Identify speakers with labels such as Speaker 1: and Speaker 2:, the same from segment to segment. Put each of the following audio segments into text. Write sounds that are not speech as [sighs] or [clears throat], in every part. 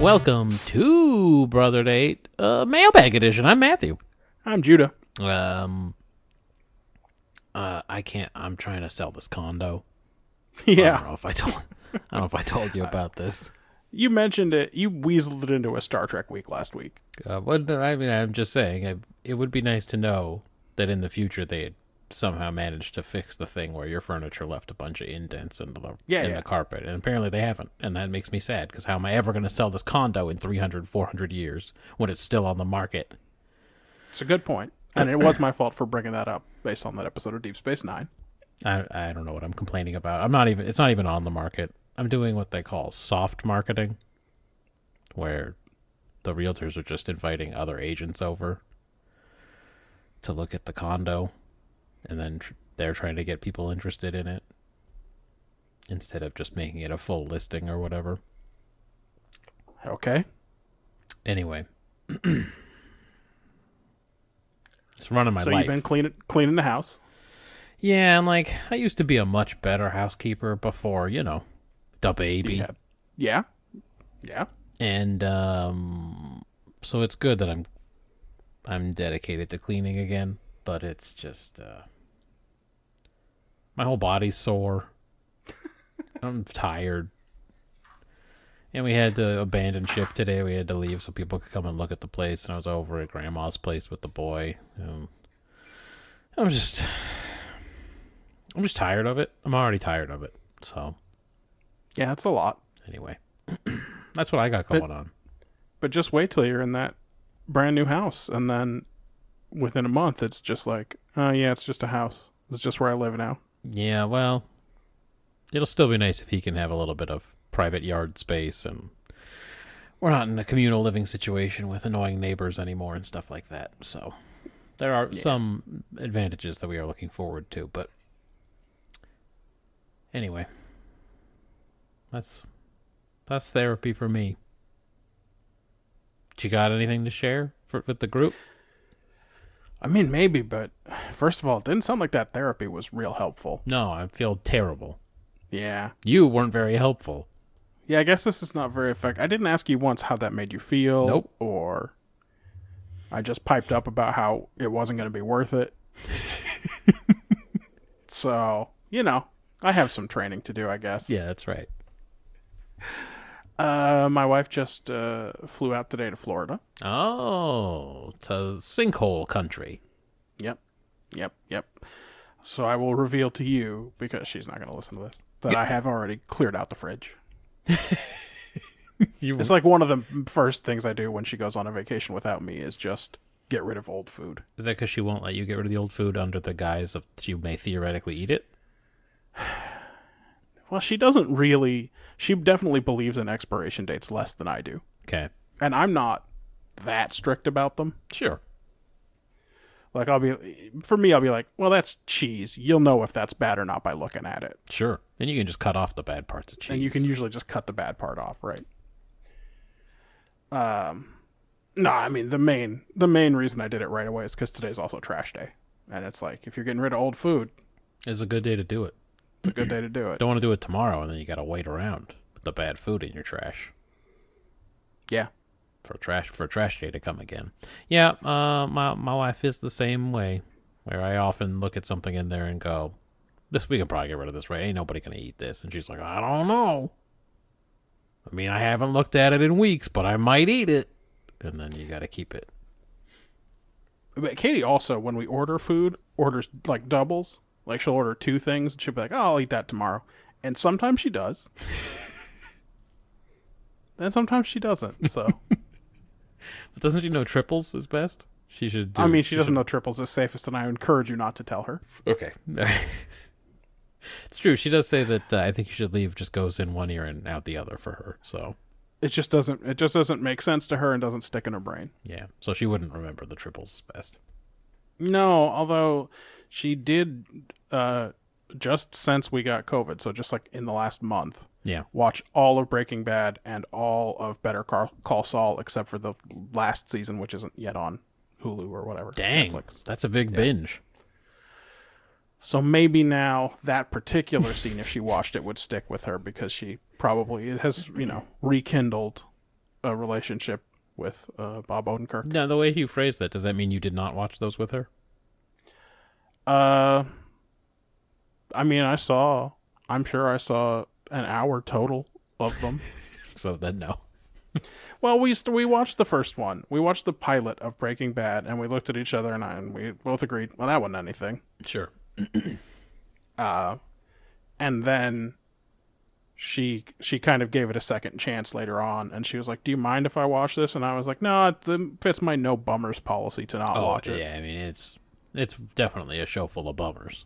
Speaker 1: Welcome to Brother Date uh, Mailbag Edition. I'm Matthew.
Speaker 2: I'm Judah.
Speaker 1: Um, uh, I can't. I'm trying to sell this condo. I don't
Speaker 2: [laughs] Yeah,
Speaker 1: know if I told. I don't know if I told you about this.
Speaker 2: you mentioned it. You weaseled it into a Star Trek week last week.
Speaker 1: Uh, what I mean, I'm just saying. I, it would be nice to know that in the future they had somehow managed to fix the thing where your furniture left a bunch of indents in the
Speaker 2: Yeah,
Speaker 1: in
Speaker 2: yeah.
Speaker 1: the carpet, and apparently they haven't, and that makes me sad because how am I ever going to sell this condo in 300, 400 years when it's still on the market?
Speaker 2: It's a good point, and it was my fault for bringing that up based on that episode of Deep Space Nine.
Speaker 1: I I don't know what I'm complaining about. I'm not even it's not even on the market. I'm doing what they call soft marketing where the realtors are just inviting other agents over to look at the condo and then tr- they're trying to get people interested in it instead of just making it a full listing or whatever.
Speaker 2: Okay,
Speaker 1: Anyway, [clears throat] it's running my
Speaker 2: so
Speaker 1: life.
Speaker 2: you've been cleaning cleaning the house.
Speaker 1: Yeah, and like I used to be a much better housekeeper before, you know, the baby.
Speaker 2: Yeah, yeah, yeah.
Speaker 1: and um, so it's good that I'm I'm dedicated to cleaning again, but it's just uh, my whole body's sore. I'm tired, and we had to abandon ship today. We had to leave so people could come and look at the place, and I was over at Grandma's place with the boy. Um, I'm just I'm just tired of it. I'm already tired of it. So
Speaker 2: Yeah, that's a lot.
Speaker 1: anyway, [clears throat] that's what I got going on.
Speaker 2: But just wait till you're in that brand new house, and then within a month, it's just like, oh yeah, it's just a house. It's just where I live now.
Speaker 1: Yeah, well, it'll still be nice if he can have a little bit of private yard space and we're not in a communal living situation with annoying neighbors anymore and stuff like that. So there are some advantages that we are looking forward to, but anyway, that's that's therapy for me. Do you got anything to share for, with the group?
Speaker 2: I mean, maybe, but first of all, it didn't sound like that therapy was real helpful.
Speaker 1: No, I feel terrible.
Speaker 2: Yeah.
Speaker 1: You weren't very helpful.
Speaker 2: Yeah, I guess this is not very effective. I didn't ask you once how that made you feel.
Speaker 1: Nope.
Speaker 2: Or I just piped up about how it wasn't going to be worth it. [laughs] so, you know, I have some training to do, I guess.
Speaker 1: Yeah, that's right.
Speaker 2: Uh, my wife just uh, flew out today to Florida.
Speaker 1: Oh, to sinkhole country.
Speaker 2: Yep. Yep. Yep. So I will reveal to you, because she's not going to listen to this, that I have already cleared out the fridge.
Speaker 1: Mm-hmm. You
Speaker 2: It's like one of the first things I do when she goes on a vacation without me is just get rid of old food.
Speaker 1: is that because she won't let you get rid of the old food under the guise of you may theoretically eat it?
Speaker 2: Well, she doesn't really. She definitely believes in expiration dates less than I do,
Speaker 1: Okay,
Speaker 2: and I'm not that strict about them.
Speaker 1: sure.
Speaker 2: Like I'll be, for me, I'll be like, well, that's cheese. You'll know if that's bad or not by looking at it,
Speaker 1: Sure. And you can just cut off the bad parts of cheese.
Speaker 2: and you can usually just cut the bad part off, right? Um, no, I mean the main the main reason I did it right away is because today's also trash day, and it's like if you're getting rid of old food,
Speaker 1: It's a good day to do it.
Speaker 2: it's a good day to do it.
Speaker 1: Don't want to do it tomorrow, and then you got to wait around with the bad food in your trash
Speaker 2: Yeah,
Speaker 1: for trash for trash day to come again. Yeah, uh, my my wife is the same way, where I often look at something in there and go, "This we can probably get rid of this, right? Ain't nobody gonna eat this." And she's like, "I don't know. I mean, I haven't looked at it in weeks, but I might eat it." And then you got to keep it.
Speaker 2: But Katie also, when we order food, orders like doubles. Like she'll order two things and she'll be like, "Oh, I'll eat that tomorrow." And sometimes she does. [laughs] and sometimes she doesn't. So
Speaker 1: But doesn't she know triples is best? She should. Do
Speaker 2: I mean,
Speaker 1: it.
Speaker 2: she doesn't know triples is safest, and I encourage you not to tell her.
Speaker 1: Okay. [laughs] it's true. She does say that uh, I think you should leave just goes in one ear and out the other for her. So,
Speaker 2: It just doesn't. It just doesn't make sense to her and doesn't stick in her brain.
Speaker 1: yeah. So she wouldn't remember the triples as best.
Speaker 2: No, although she did uh, just since we got COVID, so just like in the last month,
Speaker 1: Yeah.
Speaker 2: watch all of Breaking Bad and all of Better Call, Call Saul, except for the last season, which isn't yet on Hulu or whatever.
Speaker 1: Dang.
Speaker 2: Netflix.
Speaker 1: That's a big binge.
Speaker 2: So maybe now that particular scene, if she watched it, would stick with her because she probably it has you know rekindled a relationship with uh, Bob Odenkirk.
Speaker 1: Now, the way you phrased that, does that mean you did not watch those with her?
Speaker 2: Uh, I mean, I saw. I'm sure I saw an hour total of them.
Speaker 1: So then, no.
Speaker 2: well, we st- we watched the first one. We watched the pilot of Breaking Bad, and we looked at each other, and, I, and we both agreed, well, that wasn't anything.
Speaker 1: Sure.
Speaker 2: And then she she kind of gave it a second chance later on, and she was like, "Do you mind if I watch this?" And I was like, "No, it the- fits my no bummers policy to not
Speaker 1: Oh,
Speaker 2: watch it."
Speaker 1: yeah. I mean, it's it's definitely a show full of bummers.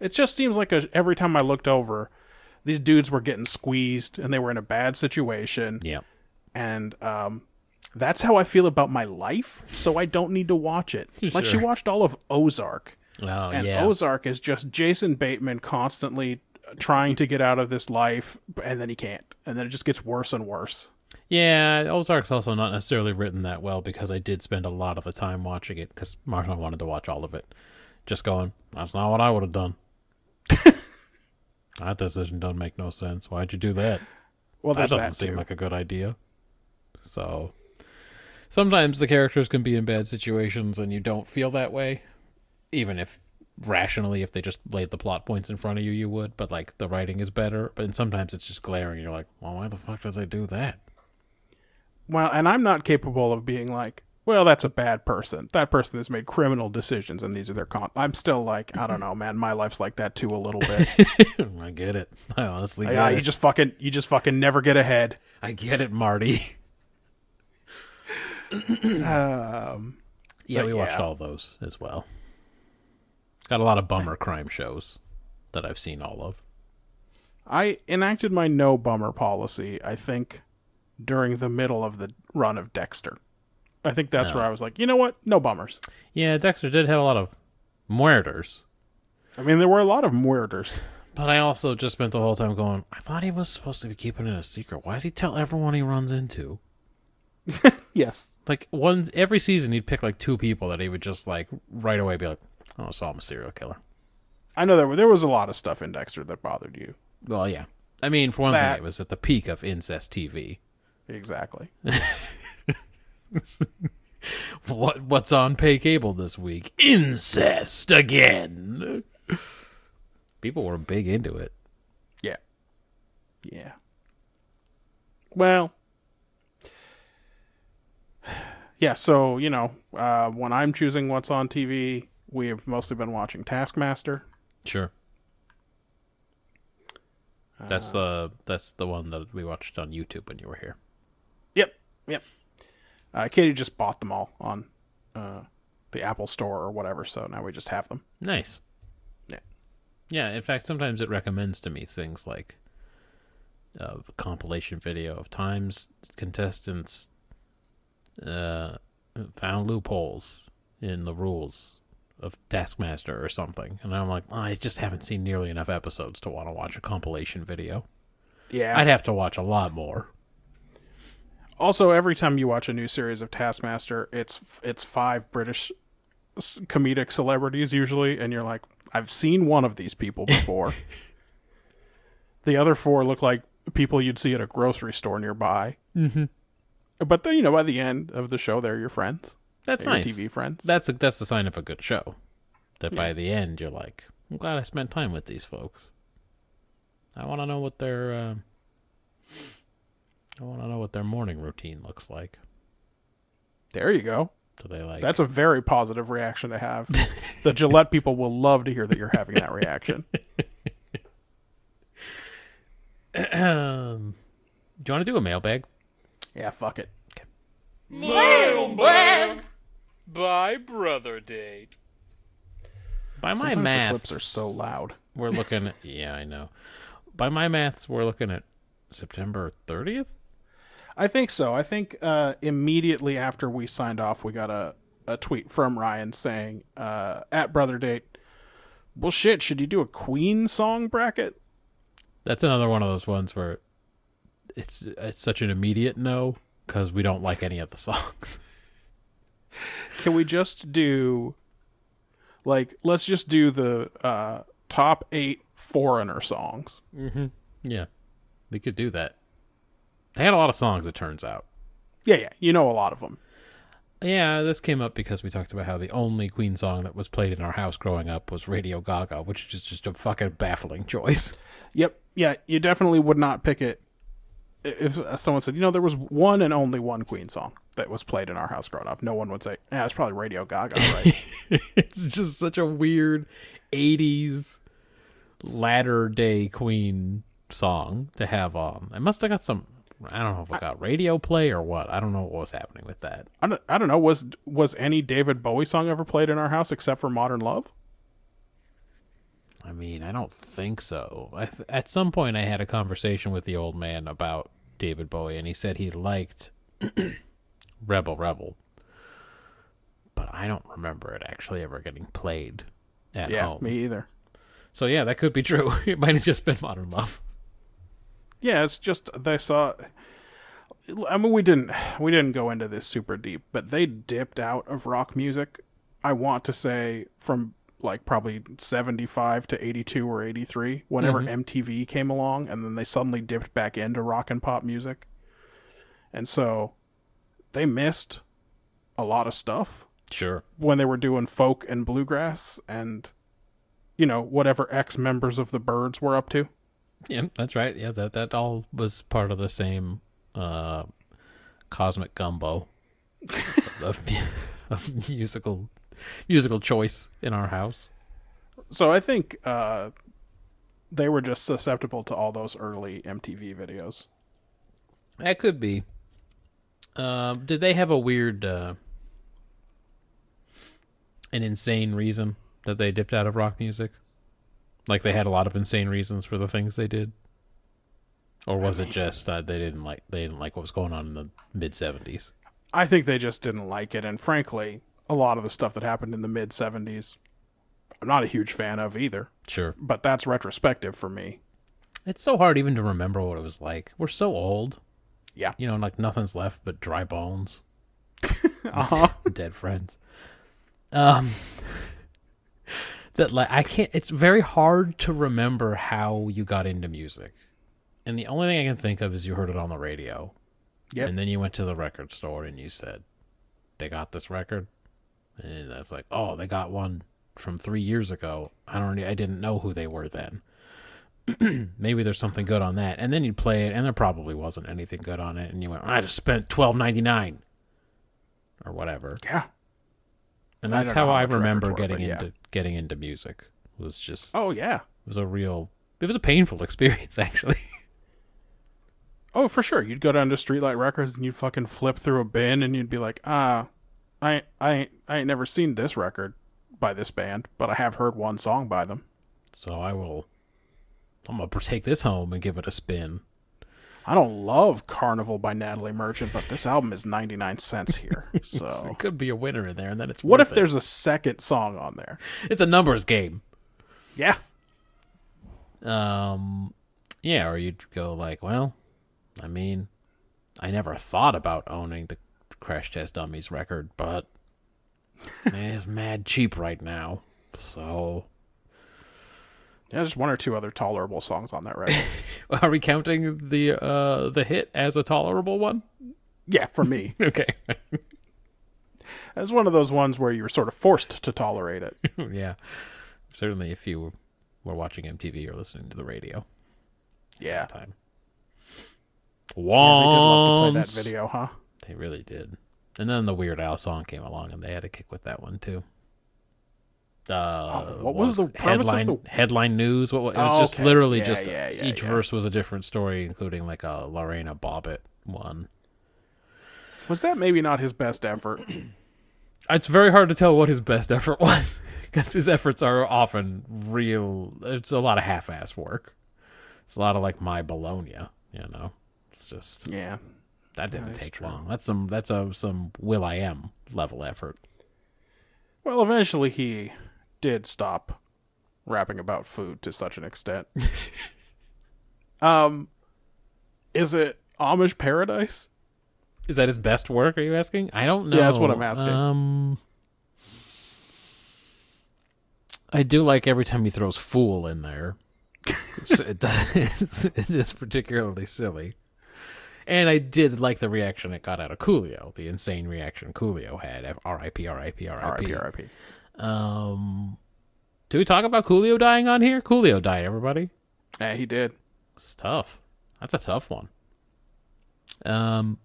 Speaker 2: It just seems like a, every time I looked over, these dudes were getting squeezed, and they were in a bad situation.
Speaker 1: Yeah.
Speaker 2: and um, that's how I feel about my life. So I don't need to watch it. Like she
Speaker 1: Sure.
Speaker 2: watched all of Ozark,
Speaker 1: Oh,
Speaker 2: and
Speaker 1: yeah.
Speaker 2: Ozark is just Jason Bateman constantly trying to get out of this life, and then he can't, and then it just gets worse and worse.
Speaker 1: Yeah, Ozark's also not necessarily written that well because I did spend a lot of the time watching it because Martin wanted to watch all of it. Just going, that's not what I would have [laughs] done. that decision doesn't make no sense. Why'd you do that?
Speaker 2: Well,
Speaker 1: That
Speaker 2: there's
Speaker 1: doesn't
Speaker 2: that
Speaker 1: seem
Speaker 2: too.
Speaker 1: like a good idea. So sometimes the characters can be in bad situations and you don't feel that way, even if rationally if they just laid the plot points in front of you you would but like the writing is better but and sometimes it's just glaring you're like well why the fuck did they do that [laughs]
Speaker 2: well, and I'm not capable of being like. Well, that's a bad person. That person has made criminal decisions, and these are their con. I'm still like, I don't know, man. My life's like that too, a
Speaker 1: [laughs]
Speaker 2: little bit.
Speaker 1: I get it. [laughs] I honestly get
Speaker 2: yeah,
Speaker 1: it.
Speaker 2: uh, you just fucking, you just fucking never get ahead.
Speaker 1: I get it, Marty. [laughs]
Speaker 2: Um,
Speaker 1: Yeah,
Speaker 2: But
Speaker 1: we watched
Speaker 2: yeah.
Speaker 1: all those as well. Got a lot of bummer crime shows that I've seen all of.
Speaker 2: I enacted my no bummer policy, I think, during the middle of the run of Dexter. I think that's where I was like, you know what? No bummers.
Speaker 1: Yeah, Dexter did have a lot of murders,
Speaker 2: I mean, there were a lot of murders.
Speaker 1: but I also just spent the whole time going, I thought he was supposed to be keeping it a secret. Why does he tell everyone he runs into?
Speaker 2: Yes.
Speaker 1: Like one every season he'd pick like two people that he would just like right away be like, Oh, I saw him a serial killer.
Speaker 2: I know there, were, there was a lot of stuff in Dexter that bothered you.
Speaker 1: Well, yeah. I mean, for one
Speaker 2: That-
Speaker 1: thing, it was at the peak of incest TV.
Speaker 2: Exactly.
Speaker 1: [laughs] What what's on pay cable this week? Incest again. People were big into it.
Speaker 2: Yeah. Yeah. Well. [sighs] Yeah, so, you know, uh, when I'm choosing what's on TV, we have mostly been watching Taskmaster.
Speaker 1: Sure. That's the that's the one that we watched on YouTube when you were here.
Speaker 2: Yep, yep. Uh, Katie just bought them all on uh, the Apple Store or whatever, so now we just have them.
Speaker 1: Nice.
Speaker 2: Yeah.
Speaker 1: Yeah, in fact sometimes it recommends to me things like a compilation video of times contestants uh found loopholes in the rules of Taskmaster or something. And I'm like, "Oh, I just haven't seen nearly enough episodes to want to watch a compilation video.
Speaker 2: Yeah.
Speaker 1: I'd have to watch a lot more.
Speaker 2: also, every time you watch a new series of Taskmaster, it's it's five British s- comedic celebrities usually, and you're like, I've seen one of these
Speaker 1: [laughs]
Speaker 2: people before. the other four look like people you'd see at a grocery store nearby. Mm-hmm. But then, you know, by the end of the show, they're your friends,
Speaker 1: That's
Speaker 2: they're your
Speaker 1: nice.
Speaker 2: TV friends.
Speaker 1: That's a, that's the sign of a good show. That by the end you're like, I'm glad I spent time with these folks. I want to know what their uh, I want to know what their morning routine looks like.
Speaker 2: there you go.
Speaker 1: Do they like
Speaker 2: That's a very positive reaction
Speaker 1: [laughs]
Speaker 2: to have. the Gillette people will love to hear that you're having that reaction.
Speaker 1: [laughs] Um, do you want to do a mailbag?
Speaker 2: Yeah, fuck it.
Speaker 3: Bye, brother date.
Speaker 1: By my
Speaker 2: Sometimes
Speaker 1: math,
Speaker 2: the clips are so loud.
Speaker 1: we're looking. At, [laughs] yeah, I know. By my maths, we're looking at September 30th.
Speaker 2: I think so. I think uh, immediately after we signed off, we got a, a tweet from Ryan saying, uh, at brother date, well, shit, should you do a Queen song bracket?
Speaker 1: That's another one of those ones where it's it's such an immediate no because we don't like any of the [laughs] songs.
Speaker 2: Can we just do, like, let's just do the uh, top eight foreigner songs?
Speaker 1: yeah, we could do that. They had a lot of songs. It turns out.
Speaker 2: Yeah, yeah. You know a lot of them.
Speaker 1: Yeah, this came up because we talked about how the only Queen song that was played in our house growing up was Radio Gaga, which is just a fucking baffling [laughs] choice.
Speaker 2: Yep. Yeah, you definitely would not pick it if someone said, you know, there was one and only one Queen song that was played in our house growing up. No one would say, yeah, it's probably Radio Gaga, right?
Speaker 1: it's just such a weird 80s latter day Queen song to have on. It must have got some, I don't know if it got radio play or what. I don't know what was happening with that.
Speaker 2: I don't, I don't know. Was was any David Bowie song ever played in our house except for Modern Love?
Speaker 1: I mean, I don't think so. I th- at some point, I had a conversation with the old man about David Bowie, and he said he liked [clears throat] Rebel Rebel. But I don't remember it actually ever getting played at home.
Speaker 2: me either.
Speaker 1: So, yeah, that could be true. [laughs] it might have just been Modern Love.
Speaker 2: Yeah, it's just they saw. I mean, we didn't we didn't go into this super deep, but they dipped out of rock music. I want to say from like probably seventy five to eighty two or eighty three, whenever
Speaker 1: Mm-hmm.
Speaker 2: MTV came along, and then they suddenly dipped back into rock and pop music, and so they missed a lot of stuff.
Speaker 1: Sure.
Speaker 2: when they were doing folk and bluegrass and you know whatever ex members of the birds were up to
Speaker 1: Yeah, that's right. Yeah, that that all was part of the same uh, cosmic gumbo of, of musical musical choice in our house.
Speaker 2: so i think uh they were just susceptible to all those early mtv videos
Speaker 1: That could be. Um, did they have a weird, uh, an insane reason that they dipped out of rock music? Like they had a lot of insane reasons for the things they did, or was it just uh, they didn't like they didn't like what was going on in the mid seventies?
Speaker 2: i think they just didn't like it and frankly a lot of the stuff that happened in the mid 70s i'm not a huge fan of either
Speaker 1: Sure.
Speaker 2: but that's retrospective for me
Speaker 1: It's so hard even to remember what it was like. We're so old.
Speaker 2: Yeah.
Speaker 1: You know, like nothing's left but dry bones. [laughs] Dead friends. Um that like I can't it's very hard to remember how you got into music. And the only thing I can think of is you heard it on the radio.
Speaker 2: Yep.
Speaker 1: And then you went to the record store and you said, They got this record? And that's like, Oh, they got one from three years ago. I don't I didn't know who they were then [clears throat] maybe there's something good on that. And then you'd play it, and there probably wasn't anything good on it. And you went, I just spent twelve ninety nine, or whatever.
Speaker 2: yeah
Speaker 1: And
Speaker 2: I
Speaker 1: that's
Speaker 2: don't
Speaker 1: how
Speaker 2: know how
Speaker 1: I
Speaker 2: much records
Speaker 1: remember
Speaker 2: were,
Speaker 1: getting
Speaker 2: but yeah.
Speaker 1: into getting into music. It was just
Speaker 2: oh yeah
Speaker 1: it was a real it was a painful [laughs] experience actually.
Speaker 2: Oh, for sure. You'd go down to Streetlight Records and you'd fucking flip through a bin and you'd be like, ah, I, I, ain't- I ain't never seen this record by this band, but I have heard one song by them.
Speaker 1: so I will, I'm gonna take this home and give it a spin.
Speaker 2: I don't love Carnival by Natalie Merchant, but this album is 99 cents here. So,
Speaker 1: It could be a winner in there, and then it's
Speaker 2: Oh. what
Speaker 1: worth
Speaker 2: if
Speaker 1: it.
Speaker 2: there's a second song on there?
Speaker 1: it's a numbers game.
Speaker 2: Yeah.
Speaker 1: um yeah or you'd go like well i mean i never thought about owning the crash test dummies record
Speaker 2: [laughs]
Speaker 1: but it's mad cheap right now so
Speaker 2: Yeah, just one or two other tolerable songs on that record.
Speaker 1: [laughs] are we counting the uh the hit as a tolerable one [laughs]
Speaker 2: yeah, for me.
Speaker 1: okay [laughs]
Speaker 2: It's one of those ones where you were sort of forced to tolerate it.
Speaker 1: yeah certainly if you were watching mtv or listening to the radio
Speaker 2: Yeah.
Speaker 1: time
Speaker 2: They did love to play that
Speaker 1: Once.
Speaker 2: video, huh?
Speaker 1: They really did. And then the Weird Al song came along, and they had a kick with that one too. Uh,
Speaker 2: Oh, what was the premise of
Speaker 1: headline?
Speaker 2: the-
Speaker 1: Headline news. What wa- it was
Speaker 2: Oh,
Speaker 1: just
Speaker 2: okay.
Speaker 1: literally
Speaker 2: Yeah,
Speaker 1: just
Speaker 2: yeah, yeah,
Speaker 1: each
Speaker 2: yeah.
Speaker 1: verse was a different story, including like a Lorena Bobbitt one.
Speaker 2: Was that maybe not his best effort?
Speaker 1: it's very hard to tell what his best [laughs] effort was because his efforts are often real. It's a lot of half-ass work. It's a lot of like my Bologna, you know. It's just
Speaker 2: [clears throat] Yeah.
Speaker 1: that didn't
Speaker 2: that's
Speaker 1: take
Speaker 2: true.
Speaker 1: long. That's some that's a some Will I Am level effort.
Speaker 2: Well, eventually he did stop rapping about food to such
Speaker 1: [laughs]
Speaker 2: an extent. um, is it Amish Paradise?
Speaker 1: Is that his best work? Are you asking? I don't know.
Speaker 2: Yeah, that's what I'm asking.
Speaker 1: Um, I do like every time he throws "fool" in
Speaker 2: [laughs]
Speaker 1: there. So it does. [laughs] It is particularly silly, and I did like the reaction it got out of Coolio. The insane reaction Coolio had. R.I.P. R.I.P. R.I.P.
Speaker 2: R.I.P. R.I.P.
Speaker 1: Um, do we talk about Coolio dying on here? Coolio died. Everybody.
Speaker 2: Yeah, he did.
Speaker 1: It's tough. That's a tough one. Um,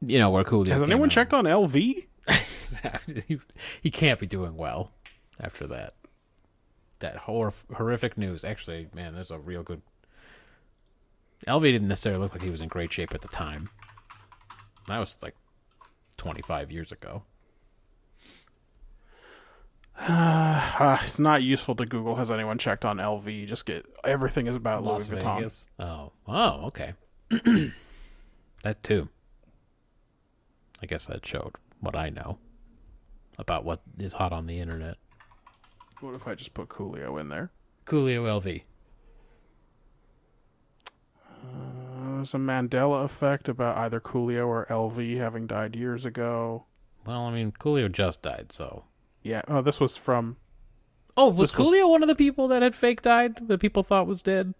Speaker 1: you know where Coolio.
Speaker 2: Has
Speaker 1: came
Speaker 2: anyone
Speaker 1: out.
Speaker 2: checked on LV?
Speaker 1: he, [laughs] he can't be doing well after that. That hor- horrific news. Actually, man, that's a real good. LV didn't necessarily look like he was in great shape at the time. That was like 25 years ago.
Speaker 2: Uh, it's not useful to Google. Has anyone checked on LV? Just get everything is about
Speaker 1: Las
Speaker 2: Louis Vuitton.
Speaker 1: Vegas. Oh, oh, okay. [clears throat] that too. I guess that showed what I know about what is hot on the internet.
Speaker 2: What if I just put Coolio in there?
Speaker 1: Coolio LV.
Speaker 2: Uh, there's a Mandela effect about either Coolio or LV having died years ago.
Speaker 1: Well, I mean, Coolio just died, so
Speaker 2: Yeah. Oh, this was from.
Speaker 1: Oh, was
Speaker 2: This was-
Speaker 1: Coolio one of the people that had fake died that people thought was dead?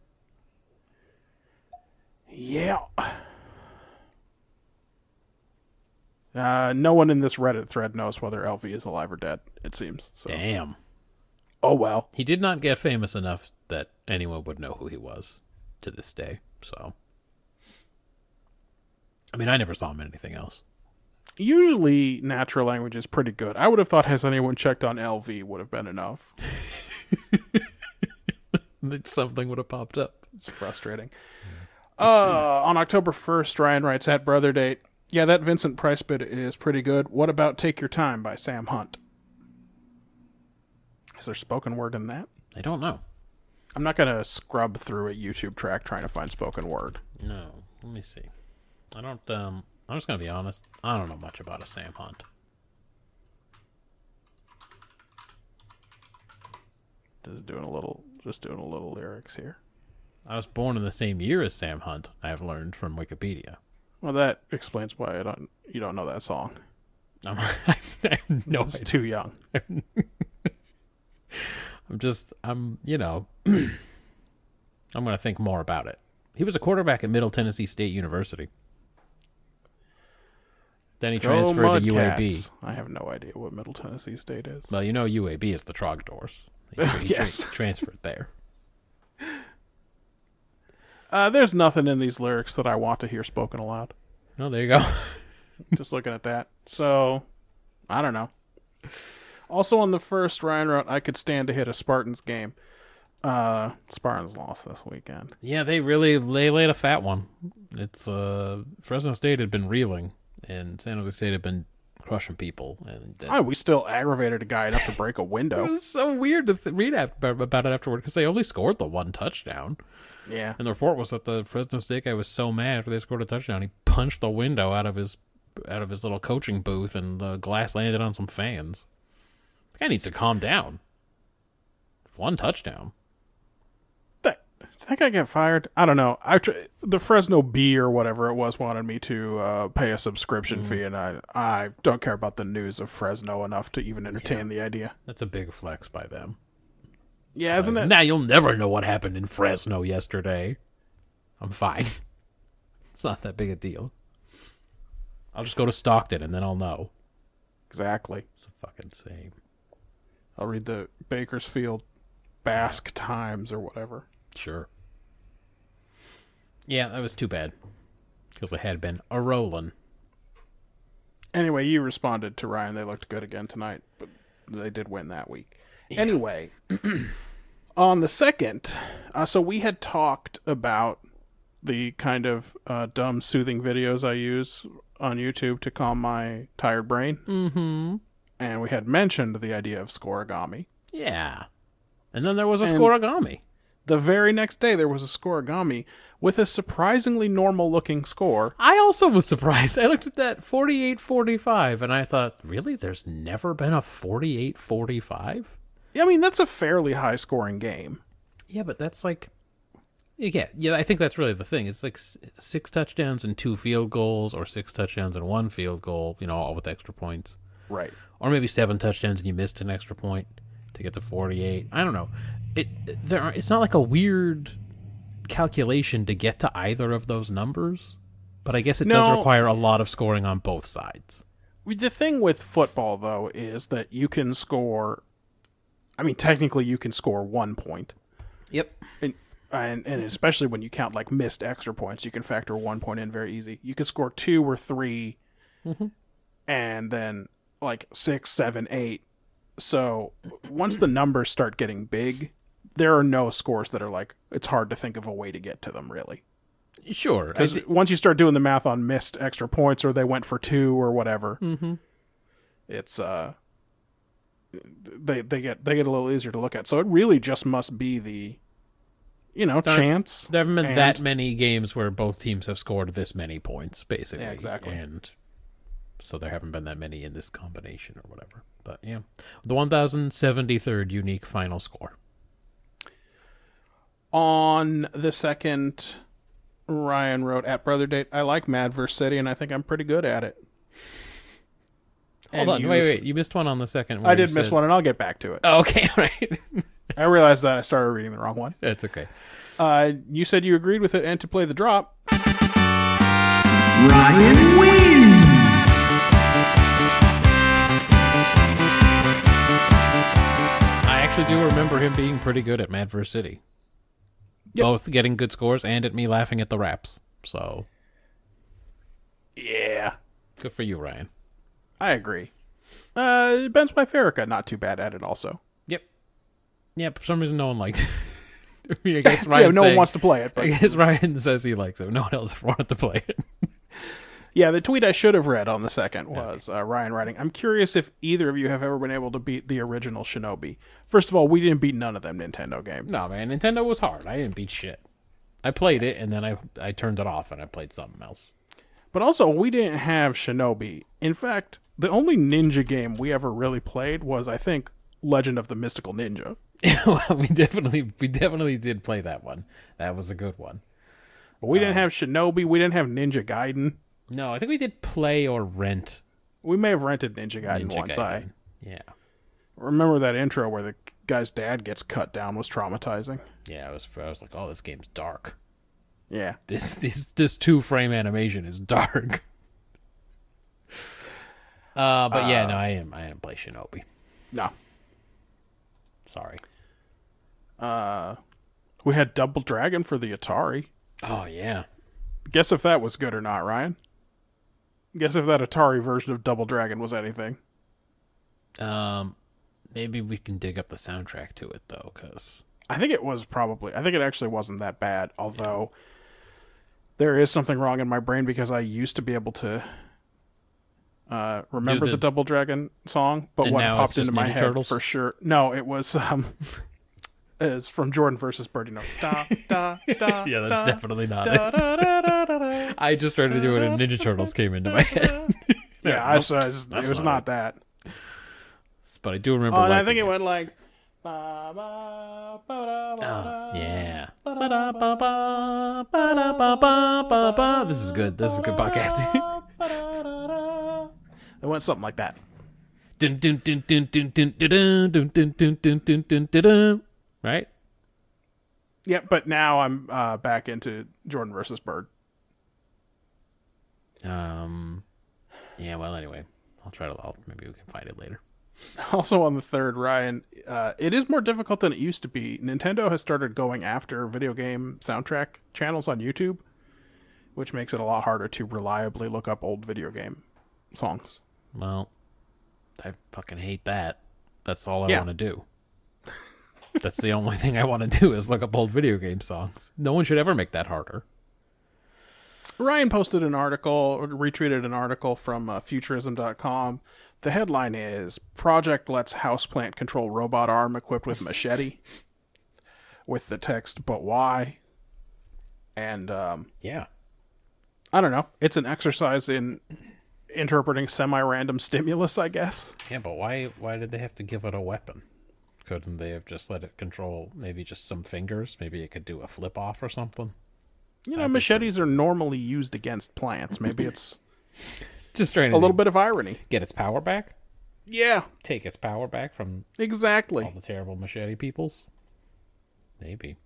Speaker 2: Yeah. Uh, no one in this Reddit thread knows whether LV is alive or dead. It seems. So.
Speaker 1: Damn.
Speaker 2: Oh well.
Speaker 1: He did not get famous enough that anyone would know who he was to this day. So I mean, I never saw him in anything else.
Speaker 2: Usually, natural language is pretty good. I would have thought, has anyone checked on LV? Would have been enough.
Speaker 1: That Something would have popped up.
Speaker 2: It's frustrating. Uh, on October 1st, Ryan writes at Brother Date. Yeah, that Vincent Price bit is pretty good. What about Take Your Time by Sam Hunt? Is there spoken word in that?
Speaker 1: I don't know.
Speaker 2: I'm not going to scrub through a YouTube track trying to find spoken word.
Speaker 1: No. Let me see. I don't um I'm just gonna be honest. I don't know much about a Sam Hunt.
Speaker 2: Just doing a little just doing a little lyrics here.
Speaker 1: I was born in the same year as Sam Hunt, I've learned from Wikipedia. [laughs]
Speaker 2: Well, that explains why I don't you don't know that song.
Speaker 1: I'm, I have no
Speaker 2: It's too young.
Speaker 1: I'm just, I'm, you know, [clears throat] I'm going to think more about it. He was a quarterback at Middle Tennessee State University. Then he transferred
Speaker 2: Go
Speaker 1: to UAB.
Speaker 2: Mudcats. I have no idea what Middle Tennessee State is.
Speaker 1: Well, you know UAB is the Trogdors. [laughs] He, he tra-
Speaker 2: Yes.
Speaker 1: transferred there.
Speaker 2: Uh, there's nothing in these lyrics that I want to hear
Speaker 1: [laughs]
Speaker 2: spoken aloud.
Speaker 1: No, there you go.
Speaker 2: just looking at that. So, I don't know. Also on the first, Ryan wrote, "I could stand to hit a Spartans game." Uh, Spartans lost this weekend.
Speaker 1: yeah, they really they laid a fat one. It's uh Fresno State had been reeling, and San Jose State had been crushing people. And that-
Speaker 2: Oh, we still aggravated a guy enough to break a
Speaker 1: [laughs]
Speaker 2: window.
Speaker 1: it's so weird to th- read af- about it afterward because they only scored the one touchdown.
Speaker 2: yeah,
Speaker 1: And the report was that the Fresno State guy was so mad after they scored a touchdown, he punched the window out of his out of his little coaching booth, and the glass landed on some fans. The guy needs to calm down. One touchdown.
Speaker 2: that that guy got fired. I don't know. I tr- the Fresno Bee or whatever it was wanted me to uh, pay a subscription fee, and I I don't care about the news of Fresno enough to even entertain the idea.
Speaker 1: That's a big flex by them.
Speaker 2: Yeah, isn't it?
Speaker 1: Now you'll never know what happened in Fresno yesterday. I'm fine. [laughs] It's not that big a deal. I'll just go to Stockton and then I'll know.
Speaker 2: Exactly.
Speaker 1: It's the fucking same.
Speaker 2: I'll read the Bakersfield Basque Times or whatever.
Speaker 1: Sure. Yeah, that was too bad. Because they had been a rolling.
Speaker 2: Anyway, you responded to Ryan. They looked good again tonight, but they did win that week. Anyway, [clears throat] on the second, uh, so we had talked about the kind of uh, dumb soothing videos I use on YouTube to calm my tired brain.
Speaker 1: Mm.
Speaker 2: Mm-hmm. And we had mentioned the idea of scorigami.
Speaker 1: Yeah. And then there was a
Speaker 2: And-
Speaker 1: scorigami.
Speaker 2: The very next day, there was a scorigami with a surprisingly normal looking score.
Speaker 1: I also was surprised. I looked at that 4845 and I thought, really? There's never been a 4845?
Speaker 2: I mean, that's a fairly high scoring game.
Speaker 1: Yeah, but that's like, yeah, yeah. I think that's really the thing. It's like s- six touchdowns and two field goals, or six touchdowns and one field goal. You know, all with extra points,
Speaker 2: Right.
Speaker 1: or maybe seven touchdowns and you missed an extra point to get to forty-eight. I don't know. It there. Are, it's not like a weird calculation to get to either of those numbers, but I guess it does
Speaker 2: No.
Speaker 1: require a lot of scoring on both sides.
Speaker 2: The thing with football, though, is that you can score. I mean, technically, you can score one point.
Speaker 1: Yep.
Speaker 2: And, and, and especially when you count like missed extra points, you can factor one point in very easy. You can score two or 3 and then like six, seven, eight. So once the numbers start getting big, there are no scores that are like it's hard to think of a way to get to them really.
Speaker 1: Sure. I
Speaker 2: Because
Speaker 1: thi-
Speaker 2: once you start doing the math on missed extra points or they went for two or whatever,
Speaker 1: Mm-hmm.
Speaker 2: it's uh, they they get they get a little easier to look at. So it really just must be the, you know,
Speaker 1: There-
Speaker 2: chance.
Speaker 1: There haven't been
Speaker 2: and-
Speaker 1: that many games where both teams have scored this many points, basically.
Speaker 2: Yeah, exactly.
Speaker 1: And so there haven't been that many in this combination or whatever. But yeah, the 1073rd unique final score.
Speaker 2: on the second. Ryan wrote at brother date. I like Madverse City, and I think I'm pretty good at it.
Speaker 1: Hold
Speaker 2: And
Speaker 1: on,
Speaker 2: you-
Speaker 1: wait, wait. You missed one on the second.
Speaker 2: I
Speaker 1: where you
Speaker 2: did miss
Speaker 1: said-
Speaker 2: one, and I'll get back to it.
Speaker 1: Oh, okay, [laughs] all right.
Speaker 2: I realized that I started reading the wrong one.
Speaker 1: That's okay.
Speaker 2: Uh, you said you agreed with it, and to play the drop,
Speaker 4: Ryan wins.
Speaker 1: I actually do remember him being pretty good at Madverse City,
Speaker 2: Yep.
Speaker 1: both getting good scores and at me laughing at the raps. So
Speaker 2: yeah,
Speaker 1: good for you, Ryan.
Speaker 2: I agree. Uh, Ben's wife Erica, not too bad at it,
Speaker 1: [laughs]
Speaker 2: also.
Speaker 1: Yep. Yeah, for some reason, no one [laughs] liked. it. I mean, [laughs] I guess Ryan.
Speaker 2: yeah, no one
Speaker 1: saying-
Speaker 2: wants to play it, but
Speaker 1: I [laughs] guess Ryan says he likes it. No one else [laughs] wanted to play it.
Speaker 2: yeah, the tweet I should have read on the second was uh, Ryan writing, "I'm curious if either of you have ever been able to beat the original Shinobi. First of all, we didn't beat none of them Nintendo games.
Speaker 1: No, man, Nintendo was hard. I didn't beat shit. I played it and then I I turned it off and I played something else. [laughs]
Speaker 2: But also, we didn't have Shinobi. In fact, the only ninja game we ever really played was, I think, Legend of the Mystical Ninja.
Speaker 1: well, we definitely we definitely did play that one. That was a good one.
Speaker 2: But
Speaker 1: Oh.
Speaker 2: we didn't have Shinobi. We didn't have Ninja Gaiden.
Speaker 1: No, I think we did play or rent
Speaker 2: We may have rented Ninja Gaiden
Speaker 1: Ninja
Speaker 2: once. I
Speaker 1: Gaiden. Yeah,
Speaker 2: remember that intro where the guy's dad gets cut down was traumatizing.
Speaker 1: yeah. I was I was like, oh, this game's dark.
Speaker 2: Yeah.
Speaker 1: [laughs] This this this two frame animation is dark. [laughs] Uh, but yeah, no, I didn't I didn't play Shinobi.
Speaker 2: No.
Speaker 1: Sorry.
Speaker 2: We had Double Dragon for the Atari.
Speaker 1: Oh yeah.
Speaker 2: Guess if that was good or not, Ryan. Guess if that Atari version of Double Dragon was anything.
Speaker 1: Um, maybe we can dig up the soundtrack to it though, because
Speaker 2: I think it was probably. I think it actually wasn't that bad, although there is something wrong in my brain because I used to be able to uh, remember
Speaker 1: the-
Speaker 2: the, Double Dragon song, but
Speaker 1: And
Speaker 2: what
Speaker 1: now
Speaker 2: popped
Speaker 1: it's just
Speaker 2: into my
Speaker 1: Ninja
Speaker 2: head
Speaker 1: Turtles?
Speaker 2: for sure. No, it
Speaker 1: [laughs]
Speaker 2: was um, it's from Jordan versus Birdie. No, da da da.
Speaker 1: [laughs] yeah, that's
Speaker 2: da,
Speaker 1: definitely not
Speaker 2: [laughs] da,
Speaker 1: it.
Speaker 2: da, da, da, da, da.
Speaker 1: I just started to do it, and Ninja Turtles came into my head, [laughs]
Speaker 2: Yeah, I saw. It was
Speaker 1: not
Speaker 2: not,
Speaker 1: it.
Speaker 2: that.
Speaker 1: but I do remember.
Speaker 2: Oh, and I
Speaker 1: liking
Speaker 2: think it went like. ba, ba, ba, da, ba,
Speaker 1: Oh,
Speaker 2: da.
Speaker 1: yeah. Ba-da-ba-ba, ba-da-ba-ba-ba-ba. This is good. This is good podcasting. [laughs]
Speaker 2: It went something like that.
Speaker 1: Dun, dun, dun, dun, dun, dun, dun, dun, dun, dun, dun, dun, dun, dun, dun. Right?
Speaker 2: Yeah, but now I'm uh, back into Jordan versus Bird. [laughs]
Speaker 1: Um. Yeah. Well, anyway, I'll try to. I'll, maybe we can find it later.
Speaker 2: Also on the third, Ryan, uh, it is more difficult than it used to be. Nintendo has started going after video game soundtrack channels on YouTube, which makes it a lot harder to reliably look up old video game songs.
Speaker 1: Well, I fucking hate that. That's all I
Speaker 2: Yeah.
Speaker 1: want to do. [laughs] That's the only thing I want to do is look up old video game songs. No one should ever make that harder.
Speaker 2: Ryan posted an article, or retweeted an article from uh, futurism.com. The headline is Project Lets Houseplant Control Robot Arm Equipped with Machete, [laughs] with the text, But Why? And um,
Speaker 1: Yeah.
Speaker 2: I don't know. It's an exercise in interpreting semi random stimulus, I guess.
Speaker 1: Yeah, but why why did they have to give it a weapon? Couldn't they have just let it control maybe just some fingers? Maybe it could do a flip off or something.
Speaker 2: You know, machetes are normally used against plants. Maybe it's
Speaker 1: Just trying to
Speaker 2: a little bit of irony.
Speaker 1: get its power back.
Speaker 2: Yeah,
Speaker 1: Take its power back from all
Speaker 2: exactly.
Speaker 1: the terrible machete peoples. Maybe.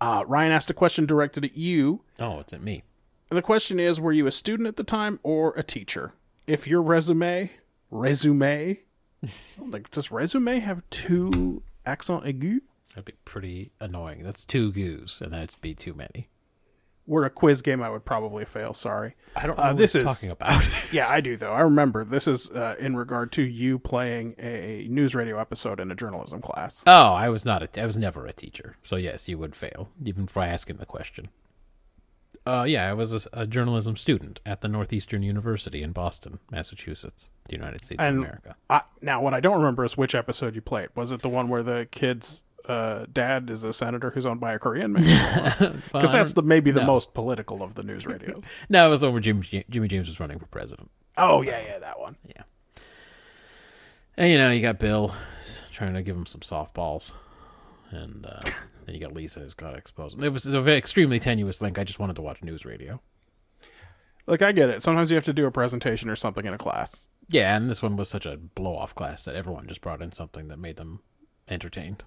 Speaker 2: Uh, Ryan asked a question directed at you.
Speaker 1: Oh, it's at me.
Speaker 2: The question is Were you a student at the time or a teacher? If your resume, resume, like, does resume have two accent aigu?
Speaker 1: That'd be pretty annoying. That's two goos, and that'd be too many.
Speaker 2: Were a quiz game, I would probably fail. Sorry.
Speaker 1: I don't know
Speaker 2: Uh,
Speaker 1: what
Speaker 2: this
Speaker 1: he's
Speaker 2: is
Speaker 1: talking about. [laughs]
Speaker 2: yeah, I do though. I remember this is uh, in regard to you playing a news radio episode in a journalism class.
Speaker 1: oh, I was not. A, I was never a teacher, so yes, you would fail even for asking the question. Uh, yeah, I was a, s- a journalism student at the Northeastern University in Boston, Massachusetts, the United States
Speaker 2: And-
Speaker 1: of [laughs] America.
Speaker 2: I, now, what I don't remember is which episode you played. Was it the one where the kid's uh, dad is a senator who's owned by a
Speaker 1: [laughs]
Speaker 2: Korean man? Because that's the maybe the most political of the news radios.
Speaker 1: no, it was the one where Jim, Jimmy James was running for president.
Speaker 2: oh yeah, yeah, that one.
Speaker 1: And you know, you got Bill trying to give him some softballs, and uh, [laughs] then you got Lisa who's got to expose him. It was a very, extremely tenuous link. I just wanted to watch news radio.
Speaker 2: Like I get it. Sometimes you have to do a presentation or something in a class.
Speaker 1: Yeah, and this one was such a blow off class that everyone just brought in something that made them entertained.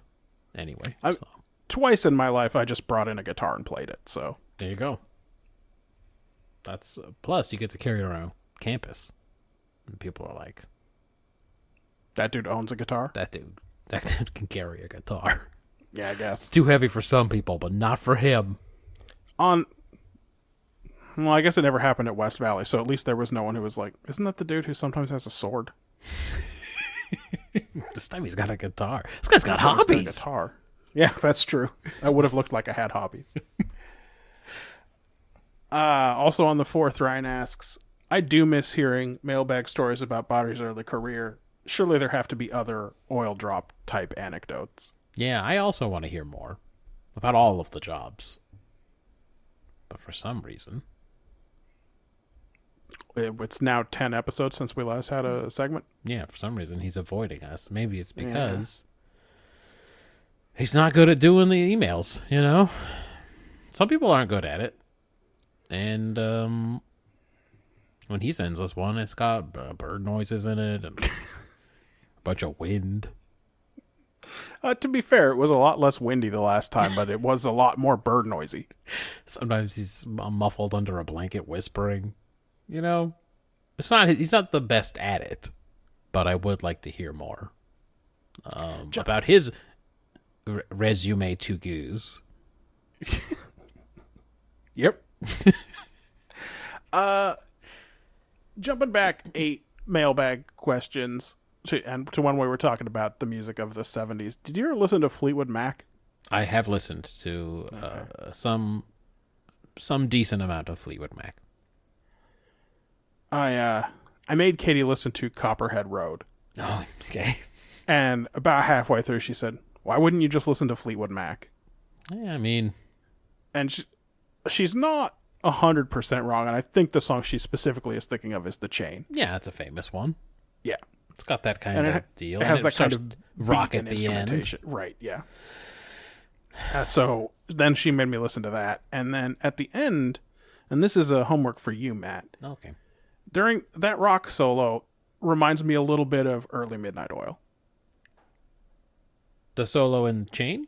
Speaker 1: Anyway,
Speaker 2: I-
Speaker 1: so
Speaker 2: Twice in my life, I just brought in a guitar and played it. So
Speaker 1: there you go. That's a plus. You get to carry it around campus, and people are like,
Speaker 2: that dude owns a guitar.
Speaker 1: "That dude, [laughs] that dude can carry a guitar. [laughs]
Speaker 2: Yeah, I guess.
Speaker 1: Too heavy for some people, but not for him."
Speaker 2: on well i guess it never happened at west valley so at least there was no one who was like isn't that the dude who sometimes has a sword
Speaker 1: This time he's got a guitar. This guy's got
Speaker 2: Or a
Speaker 1: hobbies.
Speaker 2: guitar yeah [laughs] that's true i would have looked like i had [laughs] hobbies uh also on the fourth ryan asks i do miss hearing mailbag stories about Boddy's early career surely there have to be other oil drop type anecdotes
Speaker 1: Yeah, I also want to hear more about all of the jobs, but for some reason,
Speaker 2: It- it's now 10 episodes since we last had a segment
Speaker 1: Yeah, for some reason he's avoiding us. Maybe it's because he's not good at doing the emails, you know? Some people aren't good at it. And um when he sends us one, it's got uh, bird noises in it and [laughs] a bunch of wind.
Speaker 2: uh, to be fair it was a lot less windy the last time but it was a lot more bird noisy
Speaker 1: Sometimes he's m- muffled under a blanket whispering. You know, it's not he's not the best at it, but I would like to hear more um, about his r- resume to goose.
Speaker 2: [laughs] Yep. uh jumping back eight mailbag questions to and to one where we're talking about the music of the 70s. Did you ever listen to Fleetwood Mac?
Speaker 1: I have listened to uh, some some decent amount of Fleetwood
Speaker 2: [laughs]
Speaker 1: Mac.
Speaker 2: I uh I made Katie listen to Copperhead Road
Speaker 1: Oh, okay.
Speaker 2: and about halfway through she said, "Why wouldn't you just listen to Fleetwood Mac?"
Speaker 1: Yeah, I mean,
Speaker 2: And she, she's not 100% wrong and I think the song she specifically is thinking of is The Chain.
Speaker 1: yeah, it's a famous one.
Speaker 2: Yeah.
Speaker 1: It's got that kind
Speaker 2: And
Speaker 1: of
Speaker 2: it,
Speaker 1: deal.
Speaker 2: it
Speaker 1: and
Speaker 2: has that kind
Speaker 1: starts
Speaker 2: of
Speaker 1: rock
Speaker 2: beat
Speaker 1: at
Speaker 2: and
Speaker 1: the end.
Speaker 2: instrumentation. right? Yeah. Uh, so then she made me listen to that, and then at the end, and this is a homework for you, Matt.
Speaker 1: Okay.
Speaker 2: During that rock solo, reminds me a little bit of early Midnight Oil.
Speaker 1: The solo and chain.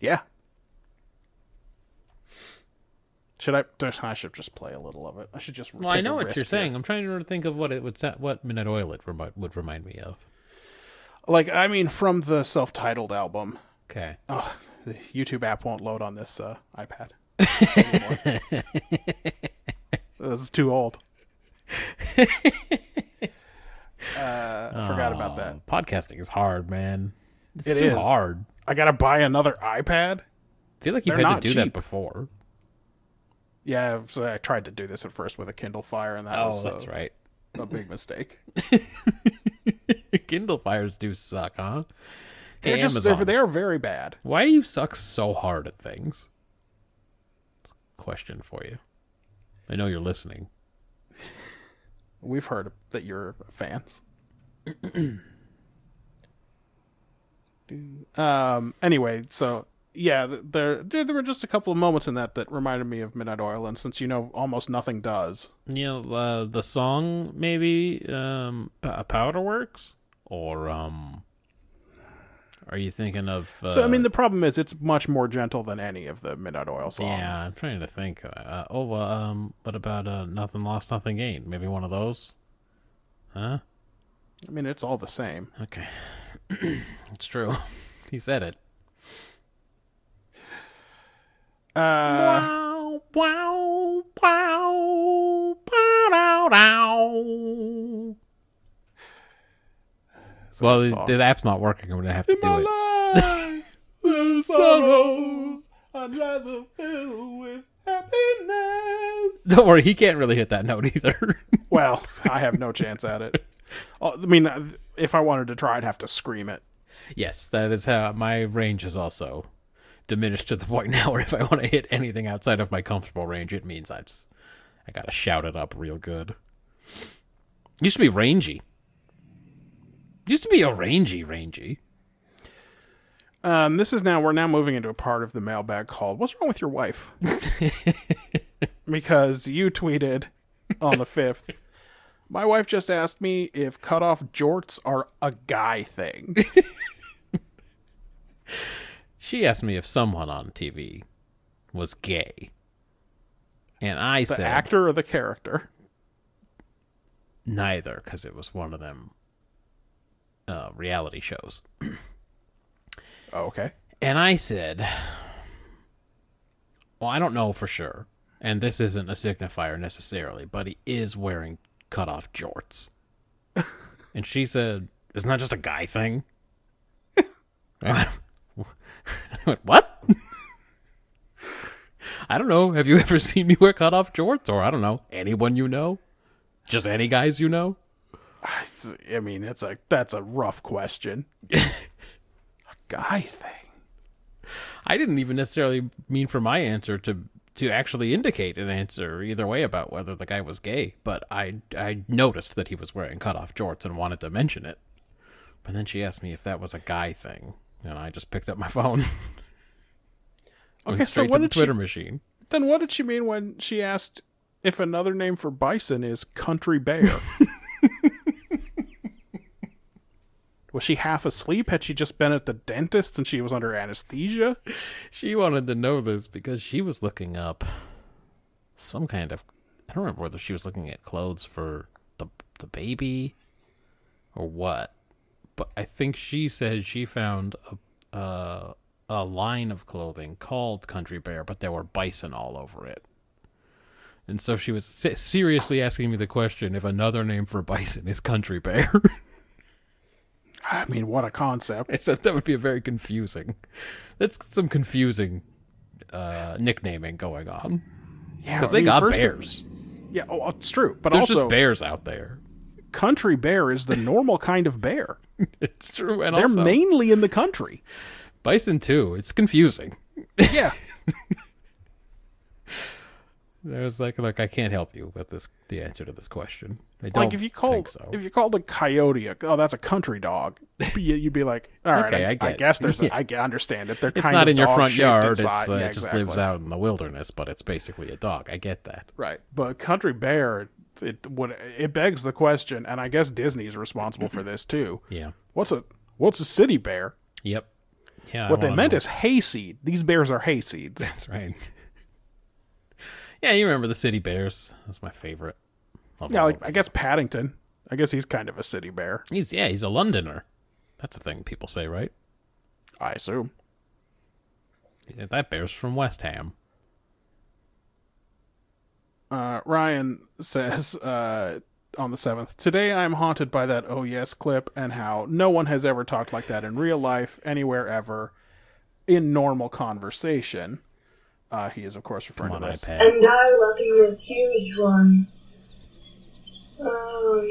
Speaker 2: Yeah. Should I? I should just play a little of it. I should just.
Speaker 1: Well, I
Speaker 2: take
Speaker 1: know
Speaker 2: a
Speaker 1: what
Speaker 2: risk
Speaker 1: you're
Speaker 2: here.
Speaker 1: saying. I'm trying to think of what it would sa- what Midnight Oil it remi- would remind me of.
Speaker 2: Like, I mean, from the self-titled album.
Speaker 1: Okay.
Speaker 2: Oh, the YouTube app won't load on this uh, iPad. anymore. [laughs] this is
Speaker 1: [laughs]
Speaker 2: too old. uh, I forgot about that.
Speaker 1: Podcasting is hard, man. It's
Speaker 2: It
Speaker 1: too
Speaker 2: is.
Speaker 1: hard.
Speaker 2: I gotta buy another iPad.
Speaker 1: I feel like you've
Speaker 2: They're
Speaker 1: had
Speaker 2: not
Speaker 1: to do that
Speaker 2: cheap.
Speaker 1: before.
Speaker 2: Yeah, so I tried to do this at first with a Kindle Fire, and that
Speaker 1: Oh,
Speaker 2: was uh,
Speaker 1: that's right. [laughs]
Speaker 2: a big mistake.
Speaker 1: Kindle fires do suck, huh?
Speaker 2: They're
Speaker 1: Hey,
Speaker 2: just they're,
Speaker 1: Amazon,
Speaker 2: they're very bad.
Speaker 1: why do you suck so hard at things? Question for you. I know you're listening.
Speaker 2: We've heard that you're fans. [clears throat] um. Anyway, so yeah, th- there there there were just a couple of moments in that that reminded me of Midnight Oil, and since you know almost nothing does,
Speaker 1: you know uh, the song maybe um P- powderworks or um are you thinking of uh,
Speaker 2: so I mean the problem is it's much more gentle than any of the Midnight Oil songs.
Speaker 1: yeah i'm trying to think uh, oh well, um what about uh nothing lost nothing gained maybe one of those huh
Speaker 2: I mean it's all the same.
Speaker 1: okay it's true [laughs] he said it
Speaker 2: Uh,
Speaker 1: wow wow wow wow wow well the,
Speaker 2: song.
Speaker 1: the app's not working i'm gonna have to do it
Speaker 2: [laughs]
Speaker 3: sorrows I'd rather fill with happiness.
Speaker 1: [laughs] Don't worry, he can't really hit that note either. [laughs]
Speaker 2: well, I have no chance at it. Oh, I mean, uh, if I wanted to try, I'd have to scream it.
Speaker 1: yes, that is how my range is also diminished to the point [laughs] now where if I want to hit anything outside of my comfortable range, it means I just I gotta shout it up real good. Used to be rangy. Used to be a rangy rangy.
Speaker 2: Um, this is now we're now moving into a part of the mailbag called "What's wrong with
Speaker 3: [laughs]
Speaker 2: your wife?" because you tweeted on the fifth. My wife just asked me if cutoff jorts are a guy thing.
Speaker 1: She asked me if someone on TV was gay. And I
Speaker 2: The
Speaker 1: said
Speaker 2: actor or the character?
Speaker 1: neither because it was one of them uh, reality shows.
Speaker 2: Oh, okay.
Speaker 1: And I said, Well, I don't know for sure. And this isn't a signifier necessarily, but he is wearing cutoff jorts. and she said, Isn't that just a guy thing? I went, What? I don't know. Have you ever [laughs] seen me wear cutoff jorts? Or I don't know. Anyone you know? Just any guys you know?
Speaker 2: I mean, that's a that's a rough [laughs] question. a guy thing.
Speaker 1: I didn't even necessarily mean for my answer to to actually indicate an answer either way about whether the guy was gay, but I I noticed that he was wearing cutoff jorts and wanted to mention it. But then she asked me if that was a guy thing, and I just picked up my phone. [laughs] Went
Speaker 2: Okay, so
Speaker 1: straight
Speaker 2: what
Speaker 1: to the
Speaker 2: did she-
Speaker 1: Twitter machine.
Speaker 2: Then what did she mean when she asked if another name for bison is country [laughs] bear? was she half asleep? Had she just been at the dentist and she was under anesthesia?
Speaker 1: She wanted to know this because she was looking up some kind of I don't remember whether she was looking at clothes for the the baby or what. But I think she said she found a uh, a line of clothing called Country Bear, but there were bison all over it. And so she was se- seriously asking me the question if another name for bison is Country Bear. [laughs]
Speaker 2: I mean, what a concept.
Speaker 1: I said that would be a very confusing. That's some confusing uh, nicknaming going on.
Speaker 2: Yeah,
Speaker 1: Because they
Speaker 2: I mean,
Speaker 1: got
Speaker 2: first of-
Speaker 1: bears.
Speaker 2: yeah, oh, it's true. But
Speaker 1: There's
Speaker 2: also,
Speaker 1: just bears out there. [laughs]
Speaker 2: country bear is the normal kind of bear.
Speaker 1: It's true. And
Speaker 2: They're
Speaker 1: also,
Speaker 2: mainly in the country.
Speaker 1: bison too. It's confusing.
Speaker 2: [laughs] Yeah.
Speaker 1: I was like, look, I can't help you with this. The answer to this question. I don't
Speaker 2: Like if you called
Speaker 1: think so.
Speaker 2: if you called a coyote a, oh that's a country
Speaker 1: [laughs]
Speaker 2: dog you- you'd be like all right
Speaker 1: Okay,
Speaker 2: I,
Speaker 1: I
Speaker 2: I,
Speaker 1: get it.
Speaker 2: guess there's
Speaker 1: [laughs]
Speaker 2: a, I g- understand it they're
Speaker 1: it's
Speaker 2: kind
Speaker 1: not
Speaker 2: of
Speaker 1: in your
Speaker 2: dog
Speaker 1: front
Speaker 2: shaped
Speaker 1: yard. It's,
Speaker 2: inside.
Speaker 1: uh,
Speaker 2: Yeah,
Speaker 1: it just
Speaker 2: exactly.
Speaker 1: lives out in the wilderness, but it's basically a dog. I get that.
Speaker 2: Right. But Country Bear, it would it begs the question, and I guess Disney's responsible for this too.
Speaker 1: [clears throat] Yeah.
Speaker 2: What's a what's a city bear?
Speaker 1: Yep. Yeah. I
Speaker 2: What they
Speaker 1: wanna
Speaker 2: meant
Speaker 1: know.
Speaker 2: is hayseed. These bears are
Speaker 1: [laughs]
Speaker 2: hayseeds.
Speaker 1: That's right. yeah, you remember the city bears? That's my favorite. Of
Speaker 2: yeah,
Speaker 1: all
Speaker 2: like I guess Paddington. I guess he's kind of a city bear.
Speaker 1: He's yeah, he's a Londoner. That's a thing people say, right?
Speaker 2: I assume.
Speaker 1: Yeah, that bear's from West Ham.
Speaker 2: Uh, Ryan says uh, on the seventh, today I'm haunted by that oh yes clip and how no one has ever talked like that in real life anywhere ever in normal conversation. Uh, he is, of course, referring
Speaker 1: Come
Speaker 2: to
Speaker 1: on,
Speaker 2: this.
Speaker 1: iPad.
Speaker 5: And I'm looking this huge one. Oh,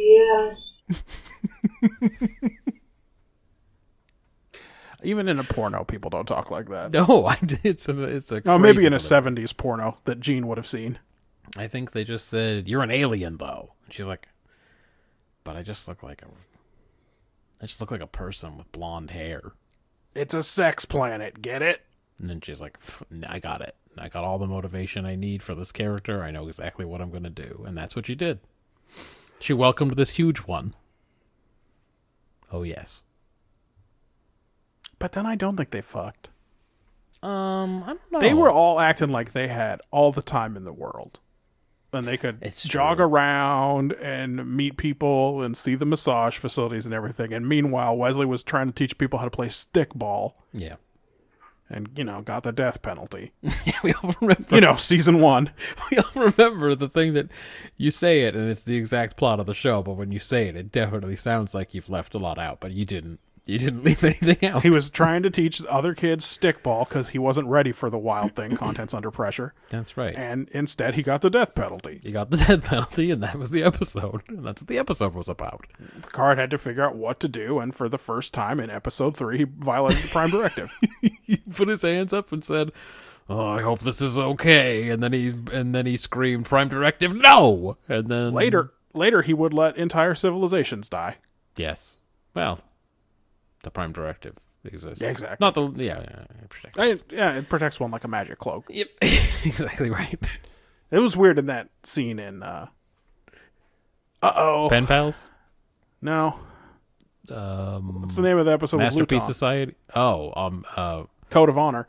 Speaker 5: yes.
Speaker 2: Even in a porno, people don't talk like
Speaker 1: [laughs]
Speaker 2: that.
Speaker 1: No, I, it's a it's a.
Speaker 2: Oh, maybe
Speaker 1: crazy
Speaker 2: in a
Speaker 1: little-
Speaker 2: '70s porno that Gene would have seen.
Speaker 1: I think they just said you're an alien, though. And she's like, but I just look like a, I just look like a person with blonde hair.
Speaker 2: It's a sex planet. Get it?
Speaker 1: And then she's like, "Pff, I got it. I got all the motivation I need for this character. I know exactly what I'm going to do. And that's what she did. She welcomed this huge one. Oh, yes.
Speaker 2: But then I don't think they fucked.
Speaker 1: Um, I don't know.
Speaker 2: They were all acting like they had all the time in the world. And they could
Speaker 1: It's
Speaker 2: jog
Speaker 1: true.
Speaker 2: around and meet people and see the massage facilities and everything. And meanwhile, Wesley was trying to teach people how to play stickball
Speaker 1: Yeah.
Speaker 2: and, you know, got the
Speaker 1: [laughs]
Speaker 2: death penalty.
Speaker 1: Yeah, we all remember.
Speaker 2: you know, season one.
Speaker 1: we all remember the thing that you say it and it's the exact plot of the show, but when you say it, it definitely sounds like you've left a lot out, but you didn't. You didn't [laughs] leave anything out. [laughs]
Speaker 2: He was trying to teach other kids stickball because he wasn't ready for the wild thing contents under pressure.
Speaker 1: That's right.
Speaker 2: And instead, he got the death penalty.
Speaker 1: You got the death penalty, and that was the episode. [laughs] And that's what the episode was about.
Speaker 2: Picard had to figure out what to do. And for the first time in episode three, he violated the prime directive.
Speaker 1: put his hands up and said, "Oh, I hope this is okay." And then he and then he screamed, "Prime Directive, no!" And then
Speaker 2: Later, later he would let entire civilizations die.
Speaker 1: yes. Well, the Prime Directive exists.
Speaker 2: Yeah, exactly.
Speaker 1: Not the yeah. yeah, yeah, protect-
Speaker 2: I, yeah, it protects one like a magic cloak.
Speaker 1: Yep. [laughs] exactly right.
Speaker 2: It was weird in that scene in. Uh oh.
Speaker 1: Pen pals.
Speaker 2: no.
Speaker 1: Um,
Speaker 2: What's the name of the episode?
Speaker 1: Masterpiece
Speaker 2: With Luton?
Speaker 1: Society. Oh, um, uh,
Speaker 2: Code of Honor.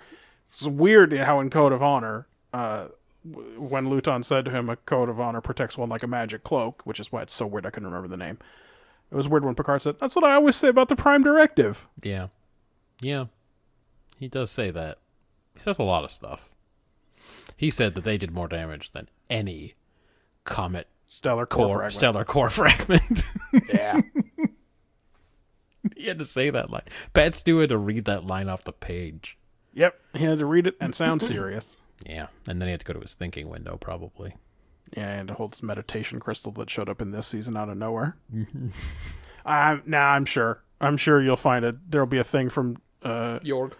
Speaker 2: It's weird how in Code of Honor, uh, w- when Luton said to him, a code of honor protects one like a magic cloak, which is why it's so weird I couldn't remember the name. It was weird when Picard said, That's what I always say about the Prime Directive.
Speaker 1: yeah, yeah. He does say that. He says a lot of stuff. He said that they did more damage than any comet
Speaker 2: Stellar core,
Speaker 1: core,
Speaker 2: fragment.
Speaker 1: stellar core [laughs] fragment.
Speaker 2: Yeah.
Speaker 1: he had to say that line. Pat Stew had to read that line off the page.
Speaker 2: yep. He had to read it and sound serious.
Speaker 1: Yeah, and then he had to go to his thinking window, probably.
Speaker 2: and holds meditation crystal that showed up in this season out of nowhere.
Speaker 1: Mm-hmm.
Speaker 2: I'm now I'm sure I'm sure you'll find it. There'll be a thing from uh,
Speaker 1: York.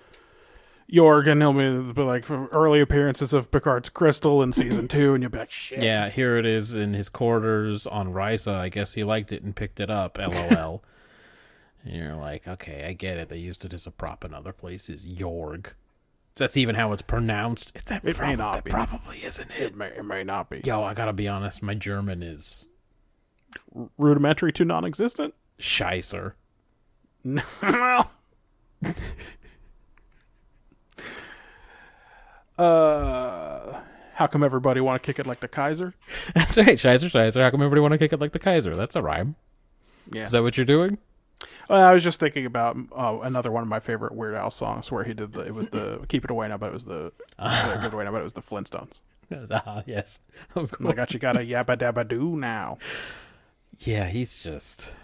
Speaker 2: Jorg, and he'll be, be like from early appearances of Picard's crystal
Speaker 1: [clears throat]
Speaker 2: in season two, and you'll be like, shit.
Speaker 1: Yeah, here it is in his quarters on Risa. I guess he liked it and picked it [laughs] up. LOL. and you're like, okay, I get it. They used it as a prop in other places. Yorg. That's even how it's pronounced. It's that
Speaker 2: It may not
Speaker 1: that
Speaker 2: be.
Speaker 1: probably isn't it.
Speaker 2: It may, it may not be
Speaker 1: Yo, I gotta be honest. My German is
Speaker 2: rudimentary to non-existent. [laughs]
Speaker 1: Scheisser.
Speaker 2: Well. [laughs] uh, how come everybody want to kick it like the Kaiser?
Speaker 1: [laughs] That's right, Scheisser, Scheisser. How come everybody want to kick it like the Kaiser? That's a rhyme.
Speaker 2: Yeah.
Speaker 1: Is that what you're doing?
Speaker 2: Well, I was just thinking about uh, another one of my favorite Weird Al songs where he did the it
Speaker 1: [laughs]
Speaker 2: was the Keep It Away Now, but it was the uh, Give It Away Now, but it was the Flintstones.
Speaker 1: [laughs] Ah, yes. [laughs] Of course.
Speaker 2: And I got you, got a yabba dabba do now.
Speaker 1: Yeah, he's just.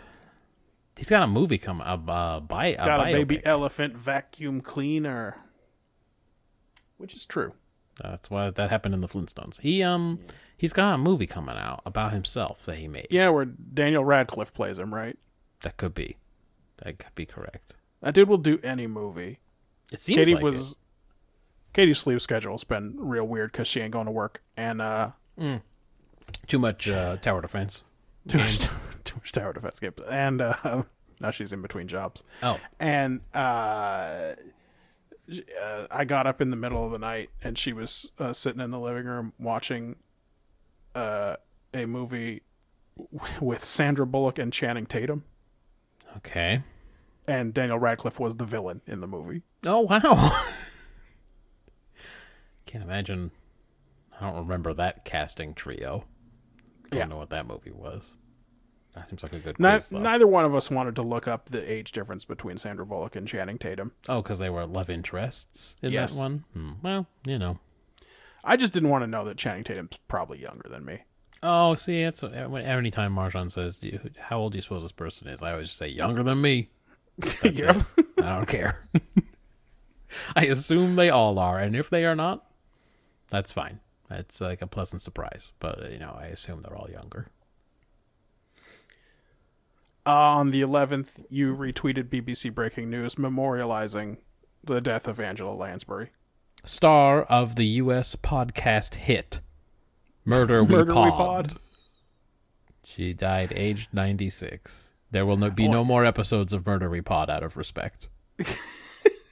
Speaker 1: He's got a movie coming. A, uh, bi- a
Speaker 2: Got a
Speaker 1: biopic.
Speaker 2: baby elephant vacuum cleaner, which is true.
Speaker 1: That's why that happened in the Flintstones. He um, he's got a movie coming out about himself that he made.
Speaker 2: Yeah, where Daniel Radcliffe plays him, right?
Speaker 1: that could be, that could be correct.
Speaker 2: That dude will do any movie.
Speaker 1: It seems
Speaker 2: Katie
Speaker 1: like
Speaker 2: was
Speaker 1: it.
Speaker 2: Katie's sleep schedule's been real weird because she ain't going to work, and uh,
Speaker 1: too much uh, tower defense.
Speaker 2: too much, [laughs] too much tower defense games, and uh, [laughs] now she's in between jobs.
Speaker 1: Oh,
Speaker 2: and uh, sh- uh, I got up in the middle of the night, and she was uh, sitting in the living room watching uh, a movie w- with Sandra Bullock and Channing Tatum,
Speaker 1: okay.
Speaker 2: and Daniel Radcliffe was the villain in the movie.
Speaker 1: Oh wow. [laughs] Can't imagine. I don't remember that casting trio. Don't
Speaker 2: Yeah.
Speaker 1: know what that movie was. That seems like a good.
Speaker 2: Not,
Speaker 1: quiz, though.
Speaker 2: neither one of us wanted to look up the age difference between Sandra Bullock and Channing Tatum.
Speaker 1: Oh, because they were love interests in
Speaker 2: Yes.
Speaker 1: that one. Hmm. Well, you know.
Speaker 2: I just didn't want to know that Channing Tatum's probably younger than me. [laughs]
Speaker 1: Oh, see, it's when any time Marjan says, "Do you- "How old do you suppose this person is?" I always just say, "Younger than me." That's
Speaker 2: Yeah.
Speaker 1: it. [laughs] I don't care. I assume they all are, and if they are not, that's fine. It's like a pleasant surprise, but you know, I assume they're all younger.
Speaker 2: Uh, on the 11th, you retweeted BBC breaking news memorializing the death of Angela Lansbury.
Speaker 1: Star of the U.S. podcast hit "Murder We
Speaker 2: Murder we
Speaker 1: Pod."
Speaker 2: pod.
Speaker 1: She died aged 96. There will no, be no more episodes of Murder We Pod out of [laughs] respect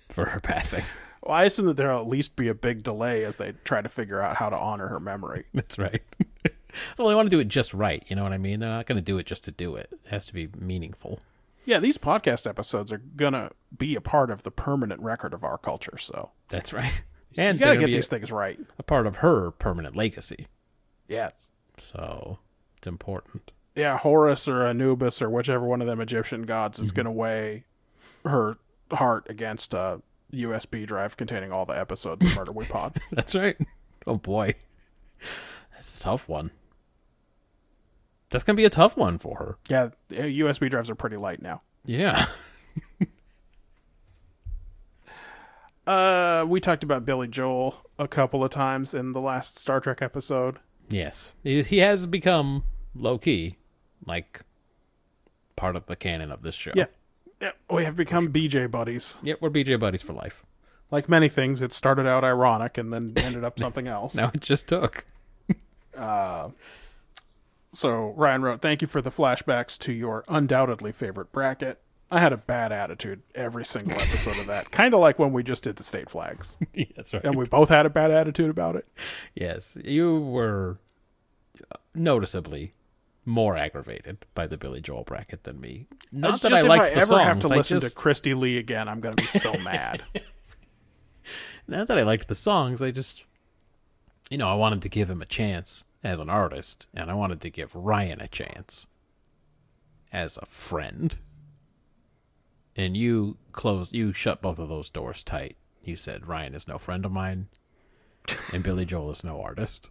Speaker 1: for her passing.
Speaker 2: Well, I assume that there'll at least be a big delay as they try to figure out how to honor her memory.
Speaker 1: [laughs] That's right. well, they want to do it just right. You know what I mean? They're not going to do it just to do it. It has to be meaningful.
Speaker 2: Yeah, these podcast episodes are gonna be a part of the permanent record of our culture. So
Speaker 1: That's right. And
Speaker 2: you gotta
Speaker 1: they're gonna
Speaker 2: get
Speaker 1: be
Speaker 2: these
Speaker 1: a,
Speaker 2: things right.
Speaker 1: a part of her permanent legacy.
Speaker 2: Yes.
Speaker 1: So it's important. [laughs]
Speaker 2: Yeah, Horus or Anubis or whichever one of them Egyptian gods
Speaker 1: Mm-hmm.
Speaker 2: is gonna weigh her heart against a USB drive containing all the episodes of Murder
Speaker 1: [laughs]
Speaker 2: We Pod.
Speaker 1: That's right. Oh boy, that's a tough one. That's gonna be a tough one for her.
Speaker 2: Yeah, eh, USB drives are pretty light now.
Speaker 1: Yeah. [laughs]
Speaker 2: Uh, we talked about Billy Joel a couple of times in the last Star Trek episode.
Speaker 1: Oh. Yes, he, he has become low key, like part of the canon of this show.
Speaker 2: Yeah. Yeah, we have become BJ buddies.
Speaker 1: Yep, we're BJ buddies for life.
Speaker 2: Like many things, it started out ironic
Speaker 1: [laughs]
Speaker 2: and then ended up something else.
Speaker 1: Now it just took. [laughs]
Speaker 2: So Ryan wrote, "Thank you for the flashbacks to your undoubtedly favorite bracket. I had a bad attitude every single episode
Speaker 1: [laughs]
Speaker 2: of that, kind of like when we just did the state flags,
Speaker 1: That's right.
Speaker 2: and we both had a bad attitude about it.
Speaker 1: Yes, you were uh, noticeably more aggravated by the Billy Joel bracket than me. Not
Speaker 2: It's
Speaker 1: that
Speaker 2: just
Speaker 1: I liked
Speaker 2: if I
Speaker 1: the
Speaker 2: ever
Speaker 1: songs.
Speaker 2: have to
Speaker 1: I
Speaker 2: listen
Speaker 1: just,
Speaker 2: to Christy Lee again, I'm going to be
Speaker 1: [laughs]
Speaker 2: so mad.
Speaker 1: not that I liked the songs, I just, you know, I wanted to give him a chance as an artist, and I wanted to give Ryan a chance as a friend. And you closed, you shut both of those doors tight. You said Ryan is no friend of mine, and Billy Joel is no artist.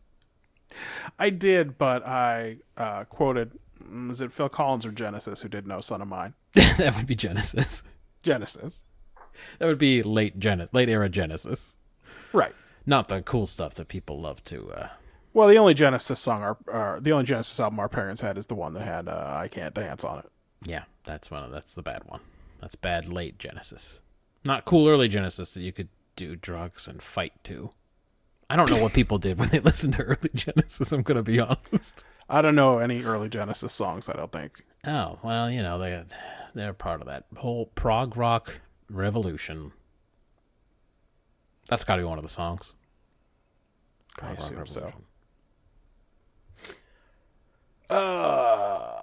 Speaker 1: [laughs]
Speaker 2: I did, but I uh, quoted, mm, is it Phil Collins or Genesis who did "No Son of Mine"?
Speaker 1: that would be Genesis.
Speaker 2: Genesis,
Speaker 1: That would be late Genesis, late era Genesis.
Speaker 2: right?
Speaker 1: Not the cool stuff that people love to. Uh,
Speaker 2: Well, the only Genesis song, our, our the only Genesis album our parents had is the one that had uh, "I Can't Dance" on it.
Speaker 1: yeah, that's one. Of, that's the bad one. That's bad late Genesis. Not cool early Genesis that you could do drugs and fight to. I don't know what people did when they [laughs] listened to early Genesis. I'm gonna be honest.
Speaker 2: I don't know any early Genesis songs. I don't think.
Speaker 1: Oh well, you know they they're part of that whole prog rock revolution. That's got to be one of the songs.
Speaker 2: I
Speaker 1: Prog rock
Speaker 2: assume so.
Speaker 1: revolution.
Speaker 2: Uh,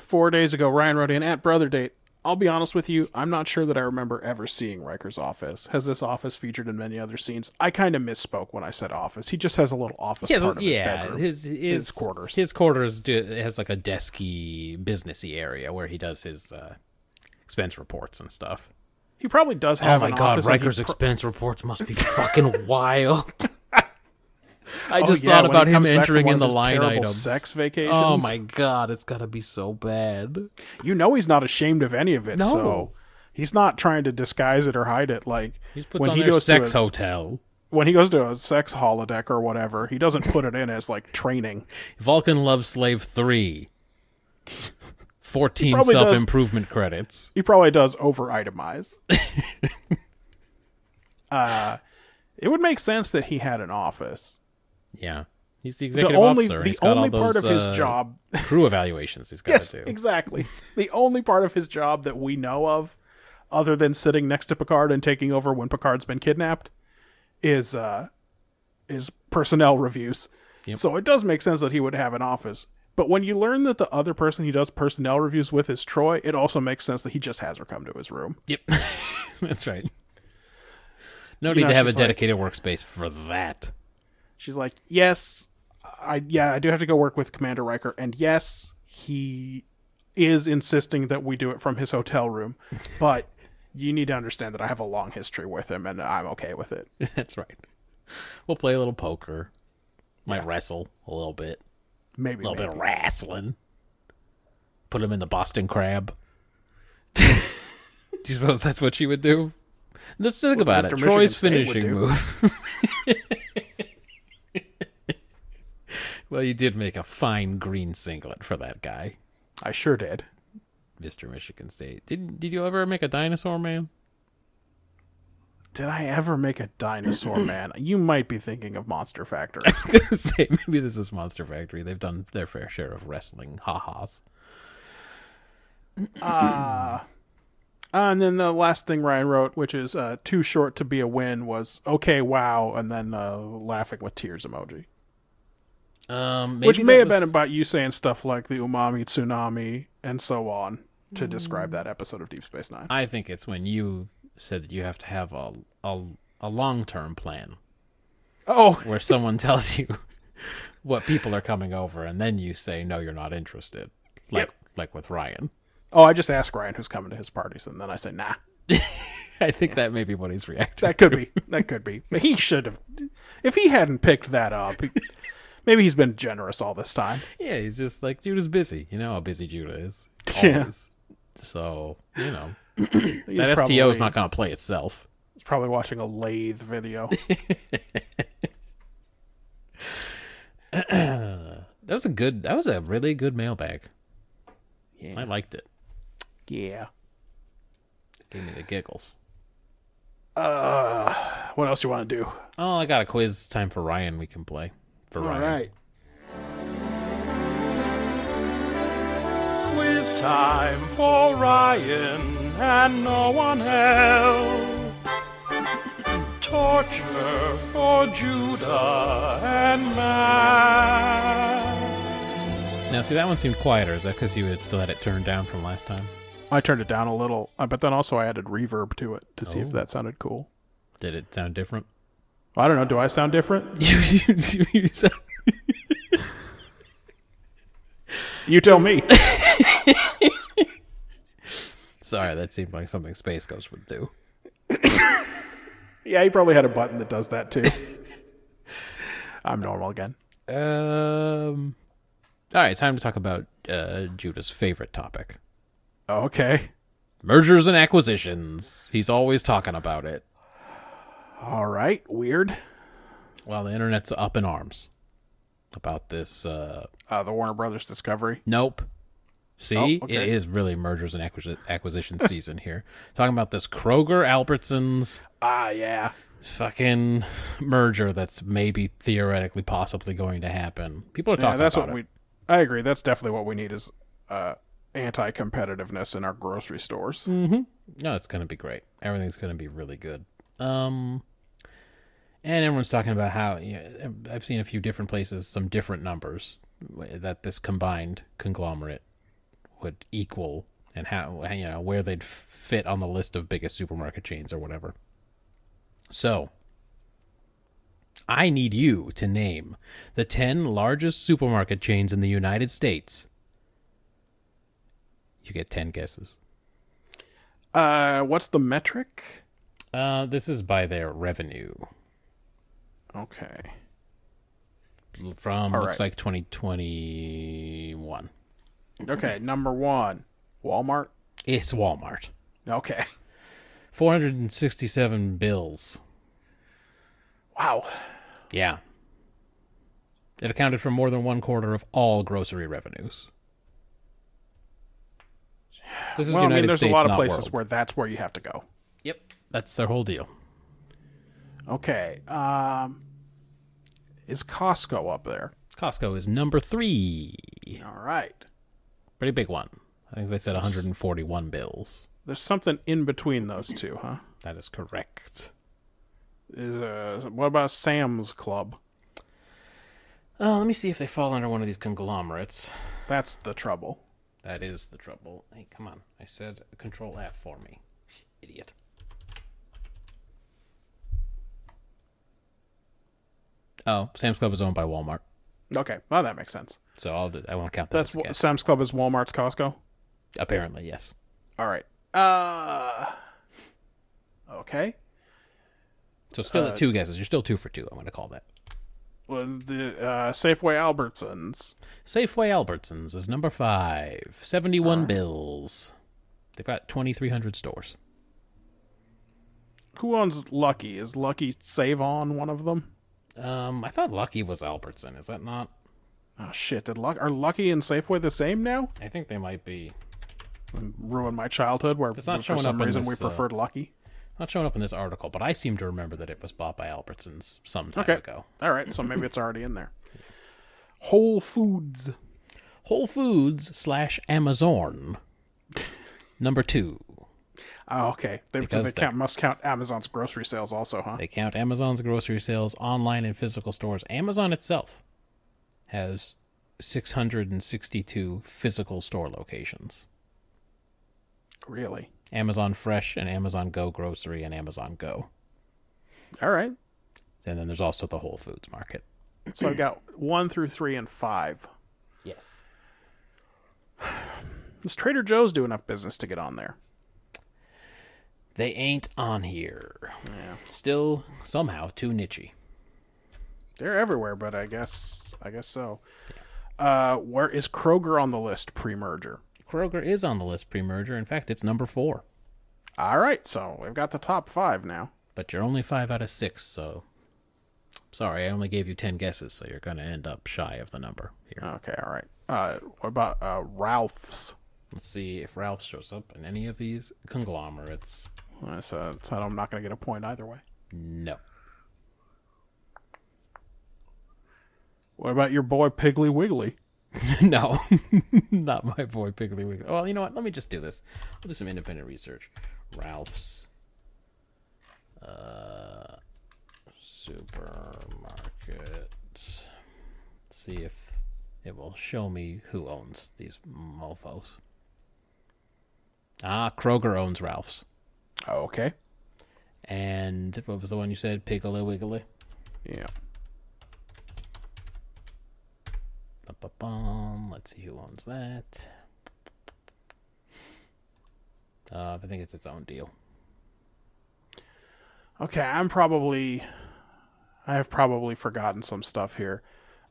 Speaker 2: Four days ago, Ryan wrote in at brother date. I'll be honest with you, I'm not sure that I remember ever seeing Riker's office. Has this office featured in many other scenes? I kind of misspoke when I said office. He just has a little office
Speaker 1: He has a-
Speaker 2: part of
Speaker 1: yeah,
Speaker 2: his bedroom.
Speaker 1: his, his
Speaker 2: quarters.
Speaker 1: His quarters do, has like a desky, businessy area where he does his uh, expense reports and stuff.
Speaker 2: he probably does have.
Speaker 1: oh my
Speaker 2: an
Speaker 1: god,
Speaker 2: office and he
Speaker 1: Riker's
Speaker 2: pro-
Speaker 1: expense reports must be fucking [laughs] wild. I
Speaker 2: Oh,
Speaker 1: just
Speaker 2: yeah,
Speaker 1: thought
Speaker 2: when
Speaker 1: about
Speaker 2: he
Speaker 1: him
Speaker 2: comes back
Speaker 1: entering
Speaker 2: from one
Speaker 1: in
Speaker 2: of
Speaker 1: the
Speaker 2: his
Speaker 1: line
Speaker 2: terrible
Speaker 1: items.
Speaker 2: Sex vacations.
Speaker 1: oh my god, it's gotta be so bad.
Speaker 2: You know he's not ashamed of any of it.
Speaker 1: No.
Speaker 2: So he's not trying to disguise it or hide it. Like
Speaker 1: He puts
Speaker 2: when
Speaker 1: on
Speaker 2: he
Speaker 1: their
Speaker 2: goes
Speaker 1: sex
Speaker 2: to a,
Speaker 1: hotel.
Speaker 2: when he goes to a sex holodeck or whatever, he doesn't put it in as like training.
Speaker 1: Vulcan Love Slave
Speaker 2: [laughs]
Speaker 1: 3. 14
Speaker 2: probably does-
Speaker 1: self improvement credits.
Speaker 2: He probably does over
Speaker 1: [laughs]
Speaker 2: itemize. uh, it would make sense that he had an office.
Speaker 1: Yeah. He's the
Speaker 2: The
Speaker 1: executive
Speaker 2: only
Speaker 1: officer. and
Speaker 2: the
Speaker 1: he's got
Speaker 2: only
Speaker 1: all
Speaker 2: part
Speaker 1: those,
Speaker 2: of his
Speaker 1: uh,
Speaker 2: job.
Speaker 1: [laughs] crew evaluations he's got
Speaker 2: yes,
Speaker 1: to do.
Speaker 2: exactly. [laughs] the only part of his job that we know of, other than sitting next to Picard and taking over when Picard's been kidnapped, is uh, is personnel reviews. So it does make sense that he would have an office. But when you learn that the other person he does personnel reviews with is Troy, it also makes sense that he just has her come to his room.
Speaker 1: Yep. [laughs] That's right. No need
Speaker 2: know,
Speaker 1: to have a
Speaker 2: it's just like-
Speaker 1: dedicated workspace for that. [laughs]
Speaker 2: She's like, "Yes, I yeah, I do have to go work with Commander Riker, and yes, he is insisting that we do it from his hotel room, but you need to understand that I have a long history with him, and I'm okay with it."
Speaker 1: That's right. We'll play a little poker. Might wrestle a little bit.
Speaker 2: Maybe,
Speaker 1: A little
Speaker 2: maybe.
Speaker 1: bit of wrestling. Put him in the Boston crab. [laughs] do you suppose that's what she would do? Let's think about
Speaker 2: Mr.
Speaker 1: it. Troy's
Speaker 2: Michigan State would
Speaker 1: finishing
Speaker 2: do.
Speaker 1: move. [laughs] Well, you did make a fine green singlet for that guy,
Speaker 2: I sure did.
Speaker 1: Mister Michigan State. Did Did you ever make a dinosaur man? [laughs]
Speaker 2: Did I ever make a dinosaur man? You might be thinking of Monster Factory.
Speaker 1: Say, maybe this is Monster Factory. They've done their fair share of wrestling ha-has.
Speaker 2: Uh, and then the last thing Ryan wrote, which is uh, too short to be a win, was okay, wow, and then uh, laughing with tears emoji.
Speaker 1: Um,
Speaker 2: which
Speaker 1: maybe
Speaker 2: may
Speaker 1: that
Speaker 2: have been
Speaker 1: was-
Speaker 2: about you saying stuff like the umami tsunami and so on to describe
Speaker 1: Mm.
Speaker 2: that episode of Deep Space Nine.
Speaker 1: I think it's when you said that you have to have a a, a long term plan
Speaker 2: Oh,
Speaker 1: where someone [laughs] tells you what people are coming over, and then you say no, you're not interested. Like like with Ryan, [laughs]
Speaker 2: oh, I just asked Ryan who's coming to his parties, and then I say, nah.
Speaker 1: I think that may be what he's reacting. [laughs]
Speaker 2: That could be. That could be. But he should have. If he hadn't picked that up, he- maybe he's been generous all this time.
Speaker 1: Yeah, he's just like Judah's busy. You know how busy Judah is.
Speaker 2: [laughs] Yeah.
Speaker 1: Always. So you know
Speaker 2: [laughs] He's
Speaker 1: that STO is
Speaker 2: probably-
Speaker 1: not going to play itself.
Speaker 2: He's probably watching a lathe
Speaker 1: [laughs]
Speaker 2: video.
Speaker 1: That was a good. That was a really good mailbag. Yeah, I liked it.
Speaker 2: yeah.
Speaker 1: Gave me the giggles.
Speaker 2: What else you want to do?
Speaker 1: Oh, I got a quiz time for Ryan. We can play for Ryan.
Speaker 3: Quiz time for Ryan and no one else. Torture for Judah and Matt.
Speaker 1: Now, see that one seemed quieter. Is that because you had still had it turned down from last time?
Speaker 2: I turned it down a little, uh, but then also I added reverb to it to see if that sounded cool.
Speaker 1: Did it sound different?
Speaker 2: I don't know. Do I sound different?
Speaker 1: [laughs] You- you- you- you sound-
Speaker 2: You tell me.
Speaker 1: Sorry, that seemed like something Space Ghost would do.
Speaker 2: yeah, he probably had a button that does that too. I'm normal again.
Speaker 1: Um. All right, time to talk about uh, Judah's favorite topic:
Speaker 2: Okay.
Speaker 1: mergers and acquisitions. He's always talking about it.
Speaker 2: All right. Weird.
Speaker 1: Well, the internet's up in arms about this. Uh,
Speaker 2: Uh, the Warner Brothers Discovery.
Speaker 1: nope. See,
Speaker 2: Oh, okay.
Speaker 1: it is really mergers and acquisi- acquisition season here. [laughs] Talking about this Kroger Albertsons
Speaker 2: Ah, yeah.
Speaker 1: fucking merger that's maybe theoretically possibly going to happen. People are talking
Speaker 2: Yeah, that's
Speaker 1: about
Speaker 2: what
Speaker 1: it.
Speaker 2: we. I agree. That's definitely what we need is uh, anti-competitiveness in our grocery stores.
Speaker 1: No, it's going to be great. Everything's going to be really good. Um, and everyone's talking about how you know, I've seen a few different places, some different numbers that this combined conglomerate would equal, and how you know where they'd fit on the list of biggest supermarket chains or whatever. So, I need you to name the ten largest supermarket chains in the United States. You get ten guesses.
Speaker 2: Uh, what's the metric?
Speaker 1: Uh, this is by their revenue
Speaker 2: Okay.
Speaker 1: from
Speaker 2: All
Speaker 1: looks
Speaker 2: right.
Speaker 1: like 2021.
Speaker 2: [laughs] Okay. Number one, Walmart.
Speaker 1: It's Walmart.
Speaker 2: Okay.
Speaker 1: 467 bills.
Speaker 2: Wow.
Speaker 1: Yeah. It accounted for more than one quarter of all grocery revenues. This is
Speaker 2: Well, I
Speaker 1: United
Speaker 2: mean, there's
Speaker 1: States,
Speaker 2: a lot of
Speaker 1: not
Speaker 2: places
Speaker 1: world.
Speaker 2: where that's where you have to go.
Speaker 1: Yep, that's their whole deal.
Speaker 2: Okay. Um, is Costco up there?
Speaker 1: Costco is number three.
Speaker 2: All right.
Speaker 1: Pretty big one. I think they said 141 bills.
Speaker 2: There's something in between those two, huh?
Speaker 1: That is correct.
Speaker 2: Is uh, what about Sam's Club?
Speaker 1: Uh, let me see if they fall under one of these conglomerates.
Speaker 2: That's the trouble.
Speaker 1: That is the trouble. Hey, come on. I said control F for me. Idiot. Oh, Sam's Club is owned by Walmart.
Speaker 2: Okay. Well, that makes sense.
Speaker 1: So I'll, d- I won't count that
Speaker 2: That's
Speaker 1: as a
Speaker 2: what,
Speaker 1: guess.
Speaker 2: Sam's Club is Walmart's Costco.
Speaker 1: Apparently, yes.
Speaker 2: All right. Uh. Okay.
Speaker 1: So still at two guesses. You're still two for two. I'm going to call that.
Speaker 2: Well, the uh, Safeway Albertsons.
Speaker 1: Safeway Albertsons is number five. 71 bills. They've got 2,300 stores.
Speaker 2: Who owns Lucky? Is Lucky Save On one of them?
Speaker 1: Um, I thought Lucky was Albertson. Is that not?
Speaker 2: Oh shit! Did Luck are Lucky and Safeway the same now?
Speaker 1: I think they might be
Speaker 2: Ruined my childhood. Where
Speaker 1: It's not
Speaker 2: for
Speaker 1: showing
Speaker 2: some
Speaker 1: up in
Speaker 2: reason we
Speaker 1: this, uh,
Speaker 2: preferred Lucky.
Speaker 1: not showing up in this article, but I seem to remember that it was bought by Albertsons some time
Speaker 2: Okay.
Speaker 1: ago.
Speaker 2: All right. So maybe it's already in there. Whole Foods.
Speaker 1: Whole Foods slash Amazon. Number two.
Speaker 2: Oh, okay. They, they
Speaker 1: Because
Speaker 2: count
Speaker 1: they're-
Speaker 2: must count Amazon's grocery sales also, huh?
Speaker 1: They count Amazon's grocery sales online and physical stores. Amazon itself has 662 physical store locations.
Speaker 2: Really?
Speaker 1: Amazon Fresh and Amazon Go Grocery and Amazon Go.
Speaker 2: All right.
Speaker 1: And then there's also the Whole Foods market.
Speaker 2: So I've got one through three and five.
Speaker 1: Yes.
Speaker 2: Does Trader Joe's do enough business to get on there?
Speaker 1: They ain't on here. Yeah. Still somehow too nichey.
Speaker 2: They're everywhere, but I guess I guess so. Uh, where is Kroger on the list pre-merger?
Speaker 1: Kroger is on the list pre-merger. In fact, it's number 4.
Speaker 2: All right, so we've got the top five now.
Speaker 1: But you're only 5 out of 6, so Sorry, I only gave you 10 guesses, so you're going to end up shy of the number here.
Speaker 2: Okay, all right. Uh, what about uh, Ralph's?
Speaker 1: Let's see if Ralph shows up in any of these conglomerates.
Speaker 2: Uh, So, so I'm not going to get a point either way.
Speaker 1: No.
Speaker 2: What about your boy Piggly Wiggly?
Speaker 1: [laughs] no. Not my boy Piggly Wiggly. Well, you know what? Let me just do this. I'll do some independent research. Ralph's uh supermarket. Let's see if it will show me who owns these mofos. Ah, Kroger owns Ralph's.
Speaker 2: Okay.
Speaker 1: And what was the one you said? Piggly Wiggly?
Speaker 2: Yeah.
Speaker 1: Ba-ba-bum. Let's see who owns that. Uh, I think it's its own deal.
Speaker 2: Okay, I'm probably I have probably forgotten some stuff here.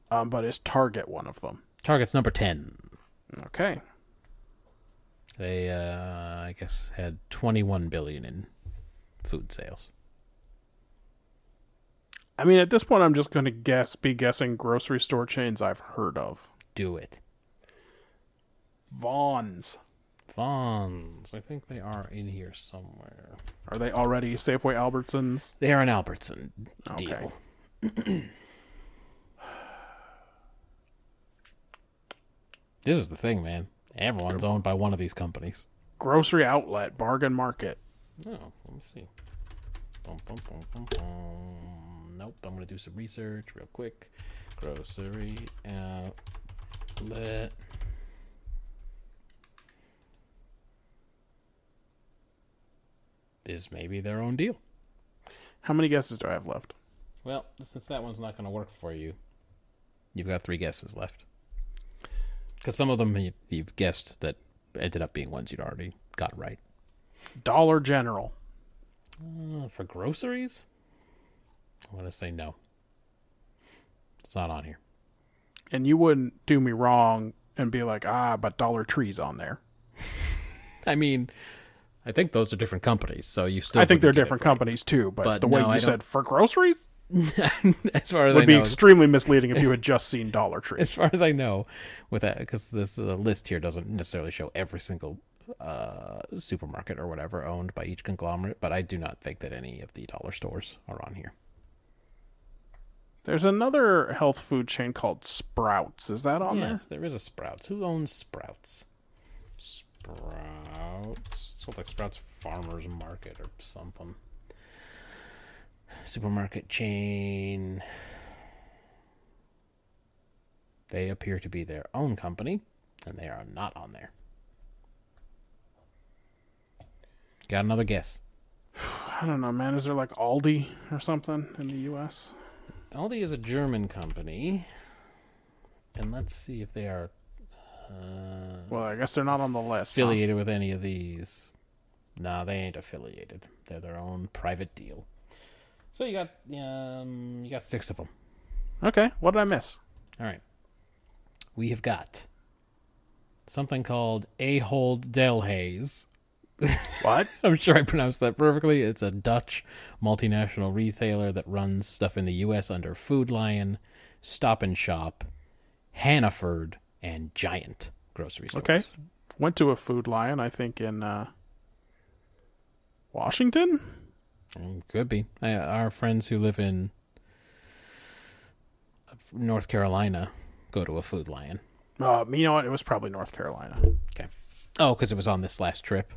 Speaker 2: Um, but is Target one of them?
Speaker 1: Target's number 10.
Speaker 2: Okay.
Speaker 1: They, uh, I guess, had 21 billion in food sales.
Speaker 2: I mean, at this point, I'm just going to guess, be guessing grocery store chains I've heard of.
Speaker 1: Do it.
Speaker 2: Vaughn's.
Speaker 1: Vons. I think they are in here somewhere.
Speaker 2: Are they already Safeway Albertsons?
Speaker 1: They are an Albertson
Speaker 2: Okay.
Speaker 1: deal. this is the thing, man. Everyone's owned by one of these companies.
Speaker 2: Grocery outlet, bargain market.
Speaker 1: Oh, let me see. Bum, bum, bum, bum, bum. Nope, I'm gonna do some research real quick. Grocery outlet. Is maybe their own deal.
Speaker 2: How many guesses do I have left?
Speaker 1: Well, since that one's not gonna work for you, you've got three guesses left. Because some of them you- you've guessed that ended up being ones you'd already got right.
Speaker 2: Dollar General.
Speaker 1: Uh, for groceries? I'm going to say no. It's not on here.
Speaker 2: And you wouldn't do me wrong and be like, ah, but Dollar Tree's on there.
Speaker 1: I mean, I think those are different companies, so you still.
Speaker 2: I think they're
Speaker 1: wouldn't
Speaker 2: different companies too, but,
Speaker 1: But
Speaker 2: the way
Speaker 1: no,
Speaker 2: you
Speaker 1: I don't-
Speaker 2: said for groceries
Speaker 1: get it. [laughs] as far as I
Speaker 2: would be
Speaker 1: know,
Speaker 2: extremely misleading if you
Speaker 1: [laughs]
Speaker 2: had just seen Dollar Tree.
Speaker 1: as far as I know, with that because this uh, list here doesn't necessarily show every single uh, supermarket or whatever owned by each conglomerate, but I do not think that any of the dollar stores are on here.
Speaker 2: There's another health food chain called Sprouts. Is that on
Speaker 1: yes, there is a Sprouts. Who owns Sprouts? Sprouts. It's called like Sprouts Farmers Market or something. Supermarket chain. They appear to be their own company, and they are not on there. Got another guess.
Speaker 2: there? I don't know, man. Is there like Aldi or something in the U.S.?
Speaker 1: Aldi is a German company, and let's see if they are uh,
Speaker 2: Well, I guess they're not on the list. huh?
Speaker 1: affiliated with any of these. Nah, they ain't affiliated. They're their own private deal. So you got um, you got six of them.
Speaker 2: Okay, what did I miss?
Speaker 1: All right. We have got something called Ahold Delhaize. [laughs]
Speaker 2: What?
Speaker 1: I'm sure I pronounced that perfectly. It's a Dutch multinational retailer that runs stuff in the U.S. under Food Lion, Stop and Shop, Hannaford, and Giant grocery stores.
Speaker 2: Okay. Went to a Food Lion, I think, in uh, Washington.
Speaker 1: Mm, Could be. I, our friends who live in North Carolina go to a Food Lion.
Speaker 2: Uh, you know what? It was probably North Carolina.
Speaker 1: Okay. Oh, because it was on this last trip.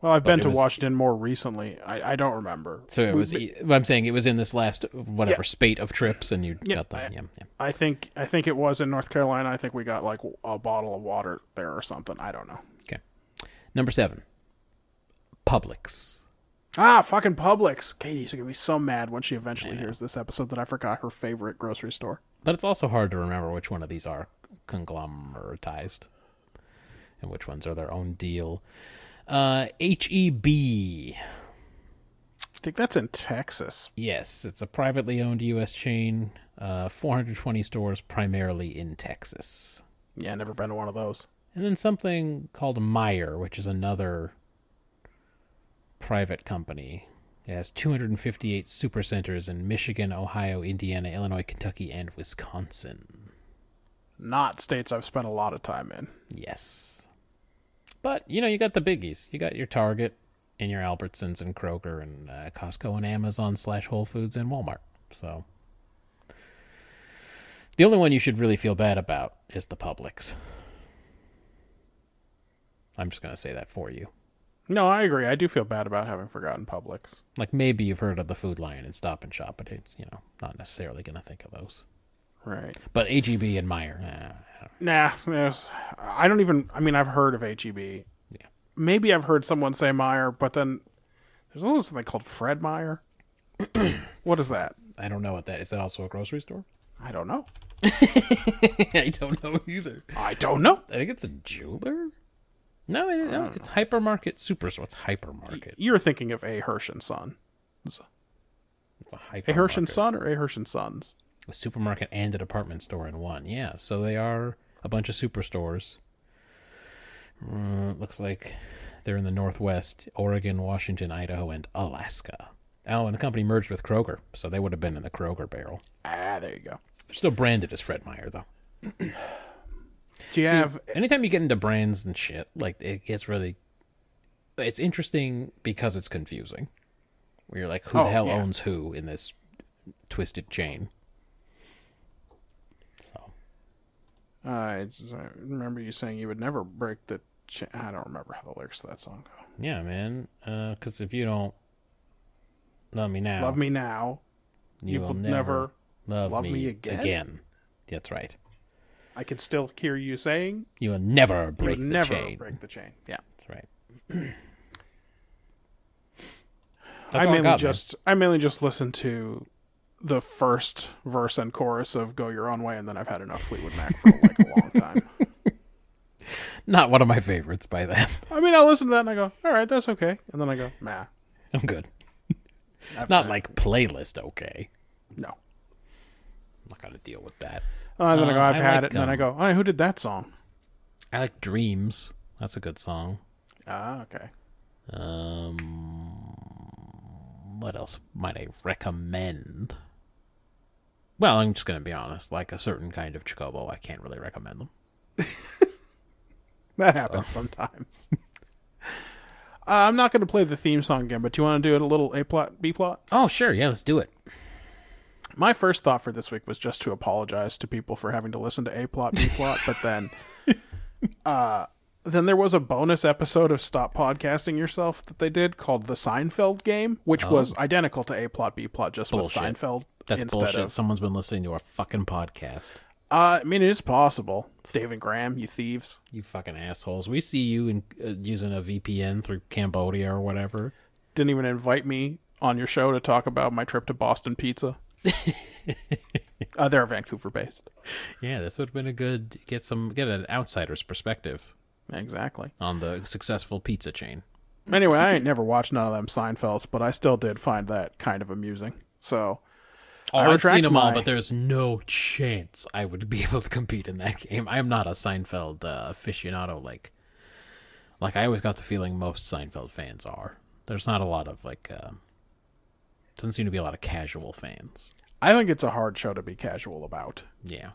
Speaker 2: Well, I've been
Speaker 1: it
Speaker 2: to
Speaker 1: was-
Speaker 2: Washington more recently. I, I don't remember.
Speaker 1: So it
Speaker 2: We-
Speaker 1: was. e- I'm saying it was in this last whatever spate of trips, and you
Speaker 2: Yeah,
Speaker 1: got the
Speaker 2: I-
Speaker 1: yeah, yeah.
Speaker 2: I think I think it was in North Carolina. I think we got like a bottle of water there or something. I don't know.
Speaker 1: Okay. Number seven. Publix.
Speaker 2: Ah, fucking Publix. Katie's gonna be so mad when she eventually hears this episode that I forgot her favorite grocery store.
Speaker 1: But it's also hard to remember which one of these are conglomeratized and which ones are their own deal. Uh, HEB.
Speaker 2: I think that's in Texas.
Speaker 1: Yes, it's a privately owned U.S. chain, uh, 420 stores primarily in Texas.
Speaker 2: Yeah, never been to one of those.
Speaker 1: And then something called Meyer, which is another private company. It has 258 supercenters in Michigan, Ohio, Indiana, Illinois, Kentucky, and Wisconsin.
Speaker 2: Not states I've spent a lot of time in.
Speaker 1: Yes. But, you know, you got the biggies. You got your Target and your Albertsons and Kroger and uh, Costco and Amazon slash Whole Foods and Walmart. So the only one you should really feel bad about is the Publix. I'm just going to say that for you.
Speaker 2: No, I agree. I do feel bad about having forgotten Publix.
Speaker 1: Like maybe you've heard of the Food Lion and Stop and Shop, but it's, you know, not necessarily going to think of those.
Speaker 2: Right.
Speaker 1: But AGB and Meyer. eh,
Speaker 2: Nah, there's- I don't even. I mean, I've heard of HEB.
Speaker 1: Yeah.
Speaker 2: Maybe I've heard someone say Meyer, but then there's also something called Fred Meyer. what is that?
Speaker 1: I don't know what that is. That also a grocery store?
Speaker 2: I don't know.
Speaker 1: [laughs] I don't know either.
Speaker 2: I don't know.
Speaker 1: I think it's a jeweler. No, it, no it's hypermarket superstore. It's hypermarket.
Speaker 2: You're thinking of A. Hirsch and Son.
Speaker 1: It's a hypermarket.
Speaker 2: A. Hirsch and Son or A. Hirsch and Sons?
Speaker 1: A supermarket and a department store in one. Yeah, so they are a bunch of superstores. Uh, it looks like they're in the Northwest, Oregon, Washington, Idaho, and Alaska. Oh, and the company merged with Kroger, so they would have been in the Kroger barrel.
Speaker 2: Ah, there you go.
Speaker 1: They're still branded as Fred Meyer, though.
Speaker 2: Do you have
Speaker 1: anytime you get into brands and shit, like it gets really it's interesting because it's confusing. Where you're like, who the
Speaker 2: Oh,
Speaker 1: hell
Speaker 2: yeah.
Speaker 1: owns who in this twisted chain? So
Speaker 2: Uh, it's, I remember you saying you would never break the. Cha- I don't remember how the lyrics to that song go.
Speaker 1: yeah, man. Because if you don't love me now,
Speaker 2: Love me now.
Speaker 1: you,
Speaker 2: you
Speaker 1: will
Speaker 2: will
Speaker 1: never,
Speaker 2: never
Speaker 1: love,
Speaker 2: love
Speaker 1: me,
Speaker 2: me again?
Speaker 1: again. That's right.
Speaker 2: I can still hear you saying
Speaker 1: You will never
Speaker 2: you
Speaker 1: break
Speaker 2: would
Speaker 1: the
Speaker 2: never
Speaker 1: chain.
Speaker 2: break the chain. Yeah,
Speaker 1: That's right. That's
Speaker 2: I
Speaker 1: all
Speaker 2: mainly
Speaker 1: got, man.
Speaker 2: just I mainly just listen to the first verse and chorus of "Go Your Own Way," and then I've had enough Fleetwood Mac for like
Speaker 1: [laughs]
Speaker 2: a long time.
Speaker 1: not one of my favorites by them.
Speaker 2: I mean, I listen to that and I go, "All right, that's okay," and then I go, "Nah,
Speaker 1: [laughs] I'm good. Not like playlist okay.
Speaker 2: no."
Speaker 1: I'm not gonna deal with that.
Speaker 2: Uh, and then I go,
Speaker 1: Uh,
Speaker 2: "I've
Speaker 1: I
Speaker 2: had
Speaker 1: like,
Speaker 2: it," and then I
Speaker 1: um,
Speaker 2: go, "All right, who did that song?"
Speaker 1: I like Dreams. That's a good song.
Speaker 2: Ah, okay.
Speaker 1: Um, what else might I recommend? Well, I'm just gonna be honest. Like a certain kind of Chocobo, I can't really recommend them.
Speaker 2: That happens sometimes. [laughs] uh, I'm not going to play the theme song again, but do you want to do it a little A plot, B plot?
Speaker 1: Oh, sure, yeah, let's do it.
Speaker 2: My first thought for this week was just to apologize to people for having to listen to A plot, B plot, but
Speaker 1: [laughs]
Speaker 2: then, uh, then there was a bonus episode of Stop Podcasting Yourself that they did called the Seinfeld Game, which was identical to A plot, B plot, just
Speaker 1: Oh. Bullshit.
Speaker 2: with Seinfeld
Speaker 1: That's
Speaker 2: instead
Speaker 1: bullshit.
Speaker 2: of.
Speaker 1: Someone's been listening to our fucking podcast.
Speaker 2: Uh, I mean, it is possible. David Graham, you thieves.
Speaker 1: You fucking assholes. We see you in, uh, using a VPN through Cambodia or whatever.
Speaker 2: Didn't even invite me on your show to talk about my trip to Boston Pizza. uh, they're Vancouver based.
Speaker 1: Yeah, this would have been a good get some get an outsider's perspective
Speaker 2: Exactly.
Speaker 1: on the successful pizza chain.
Speaker 2: Anyway, I ain't never watched none of them Seinfelds, but I still did find that kind of amusing. So
Speaker 1: Oh,
Speaker 2: I
Speaker 1: I've seen
Speaker 2: retract
Speaker 1: them all,
Speaker 2: my-
Speaker 1: but there's no chance I would be [laughs] able to compete in that game. I am not a Seinfeld uh, aficionado. Like, like I always got the feeling most Seinfeld fans are. There's not a lot of like. Uh, doesn't seem to be a lot of casual fans.
Speaker 2: I think it's a hard show to be casual about.
Speaker 1: Yeah,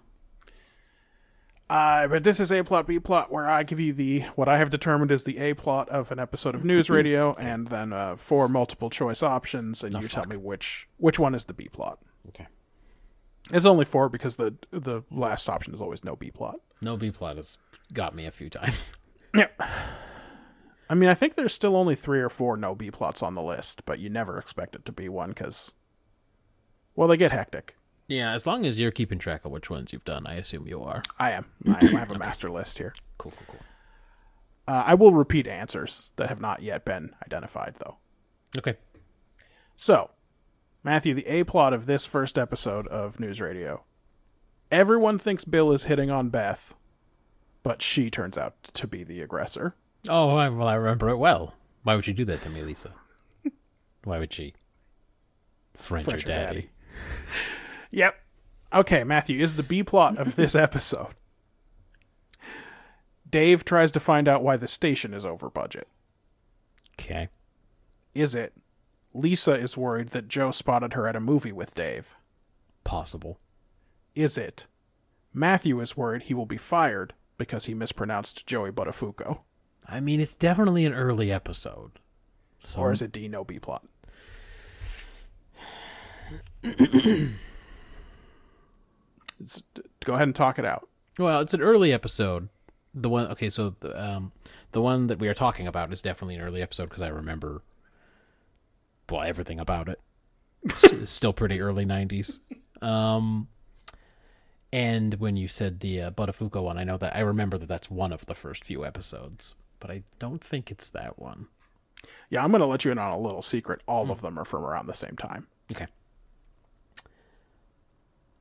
Speaker 2: Uh, but this is a plot B plot where I give you the what I have determined is the a plot of an episode of news radio, and then uh, four multiple choice options, and you tell me which which one is the B plot.
Speaker 1: Okay.
Speaker 2: It's only four because the the last option is always no B plot.
Speaker 1: No B plot has got me a few [laughs] times.
Speaker 2: I mean, I think there's still only three or four no B plots on the list, but you never expect it to be one because, well, they get hectic.
Speaker 1: yeah, as long as you're keeping track of which ones you've done, I assume you are.
Speaker 2: I am. I, am. I have a master list here.
Speaker 1: Cool, cool, cool.
Speaker 2: Uh, I will repeat answers that have not yet been identified, though.
Speaker 1: Okay.
Speaker 2: So, Matthew, the A plot of this first episode of News Radio. Everyone thinks Bill is hitting on Beth, but she turns out to be the aggressor.
Speaker 1: Oh, I, well, I remember it well. Why would you do that to me, [laughs] Lisa? Why would she? French,
Speaker 2: French
Speaker 1: or
Speaker 2: or
Speaker 1: daddy.
Speaker 2: daddy. Yep. Okay, Matthew, is the B plot of this episode. Dave tries to find out why the station is over budget.
Speaker 1: Okay.
Speaker 2: Is it Lisa is worried that Joe spotted her at a movie with Dave?
Speaker 1: Possible.
Speaker 2: Is it Matthew is worried he will be fired because he mispronounced Joey Buttafuoco?
Speaker 1: I mean, it's definitely an early episode. So
Speaker 2: Or is it D no B plot? It's- go ahead and talk it out.
Speaker 1: Well, it's an early episode. The one, okay, so the, um, the one that we are talking about is definitely an early episode because I remember, well, everything about it. S- it's still pretty early '90s. Um, and when you said the uh, Buttafuoco one, I know that I remember that that's one of the first few episodes, but I don't think it's that one.
Speaker 2: Yeah, I'm going to let you in on a little secret. All of them are from around the same time.
Speaker 1: Okay.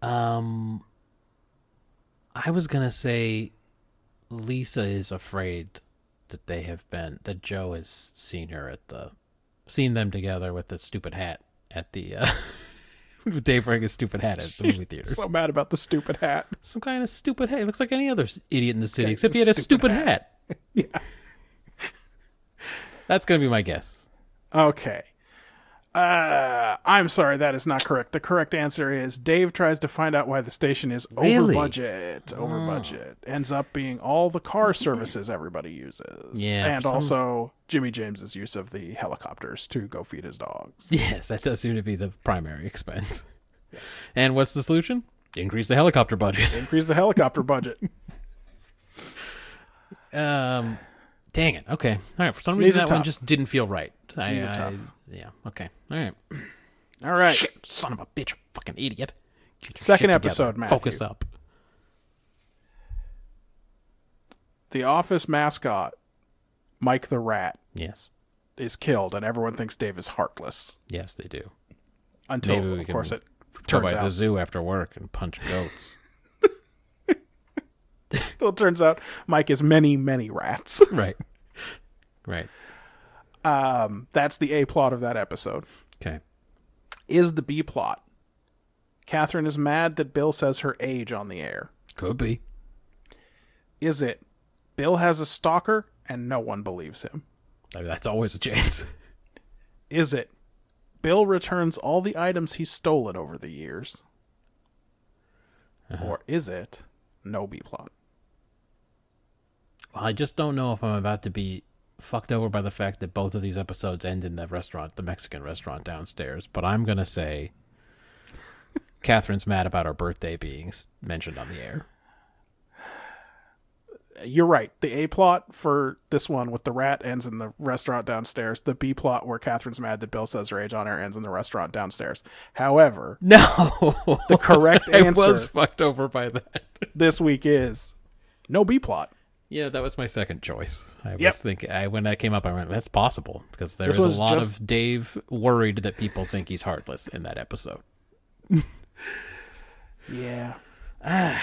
Speaker 1: Um, I was gonna say Lisa is afraid that they have been that Joe has seen her at the seen them together with the stupid hat at the uh, [laughs] with Dave wearing his stupid hat at the movie theater.
Speaker 2: [laughs] So mad about the stupid hat.
Speaker 1: Some kind of stupid hat. He looks like any other s- idiot in the city,
Speaker 2: Okay,
Speaker 1: except he had a
Speaker 2: stupid
Speaker 1: stupid hat. [laughs] yeah. That's gonna be my guess.
Speaker 2: Okay. Uh, I'm sorry, that is not correct. The correct answer is Dave tries to find out why the station is over
Speaker 1: Really?
Speaker 2: budget. Over budget ends up being all the car services everybody uses.
Speaker 1: Yeah,
Speaker 2: and
Speaker 1: for some-
Speaker 2: also Jimmy James's use of the helicopters to go feed his dogs.
Speaker 1: Yes, that does seem to be the primary expense. And what's the solution? Increase the helicopter budget.
Speaker 2: Increase
Speaker 1: [laughs]
Speaker 2: the helicopter budget.
Speaker 1: Um, dang it. Okay. All right. For some
Speaker 2: These
Speaker 1: reason,
Speaker 2: are
Speaker 1: that one
Speaker 2: tough.
Speaker 1: just didn't feel right. I,
Speaker 2: These are
Speaker 1: I-
Speaker 2: tough.
Speaker 1: yeah. Okay. All right.
Speaker 2: All right.
Speaker 1: Shit, son of a bitch, fucking idiot. Get your
Speaker 2: Second
Speaker 1: shit together.
Speaker 2: episode, Matthew.
Speaker 1: Focus up.
Speaker 2: The office mascot, Mike the Rat,
Speaker 1: Yes.
Speaker 2: is killed, and everyone thinks Dave is heartless.
Speaker 1: Yes, they do.
Speaker 2: Until,
Speaker 1: Maybe we
Speaker 2: of
Speaker 1: can
Speaker 2: course, it
Speaker 1: Go
Speaker 2: turns
Speaker 1: by the
Speaker 2: out.
Speaker 1: zoo after work and punch goats.
Speaker 2: [laughs] Until it turns out Mike is many, many rats.
Speaker 1: [laughs] right. Right.
Speaker 2: Um, that's the A plot of that episode.
Speaker 1: Okay.
Speaker 2: Is the B plot? Catherine is mad that Bill says her age on the air.
Speaker 1: Could be.
Speaker 2: Is it Bill has a stalker and no one believes him?
Speaker 1: I mean, that's always a chance.
Speaker 2: Is it Bill returns all the items he's stolen over the years? Or is it no B plot?
Speaker 1: Well, I just don't know if I'm about to be fucked over by the fact that both of these episodes end in the restaurant, the Mexican restaurant downstairs. But I'm gonna
Speaker 2: [laughs]
Speaker 1: say, Catherine's mad about her birthday being s- mentioned on the
Speaker 2: [laughs]
Speaker 1: air.
Speaker 2: You're right. The A plot for this one with the rat ends in the restaurant downstairs. The B plot where Catherine's mad that Bill says her age on air ends in the restaurant downstairs. However,
Speaker 1: [laughs] No,
Speaker 2: the correct
Speaker 1: I
Speaker 2: answer
Speaker 1: was fucked over by that. [laughs]
Speaker 2: this week is no B plot.
Speaker 1: Yeah, that was my second choice. I
Speaker 2: Yep.
Speaker 1: was thinking I, when that came up, I went, "That's possible," because there
Speaker 2: This
Speaker 1: is a
Speaker 2: was
Speaker 1: lot
Speaker 2: just-
Speaker 1: of Dave worried that people think he's heartless in that episode.
Speaker 2: Yeah. [sighs]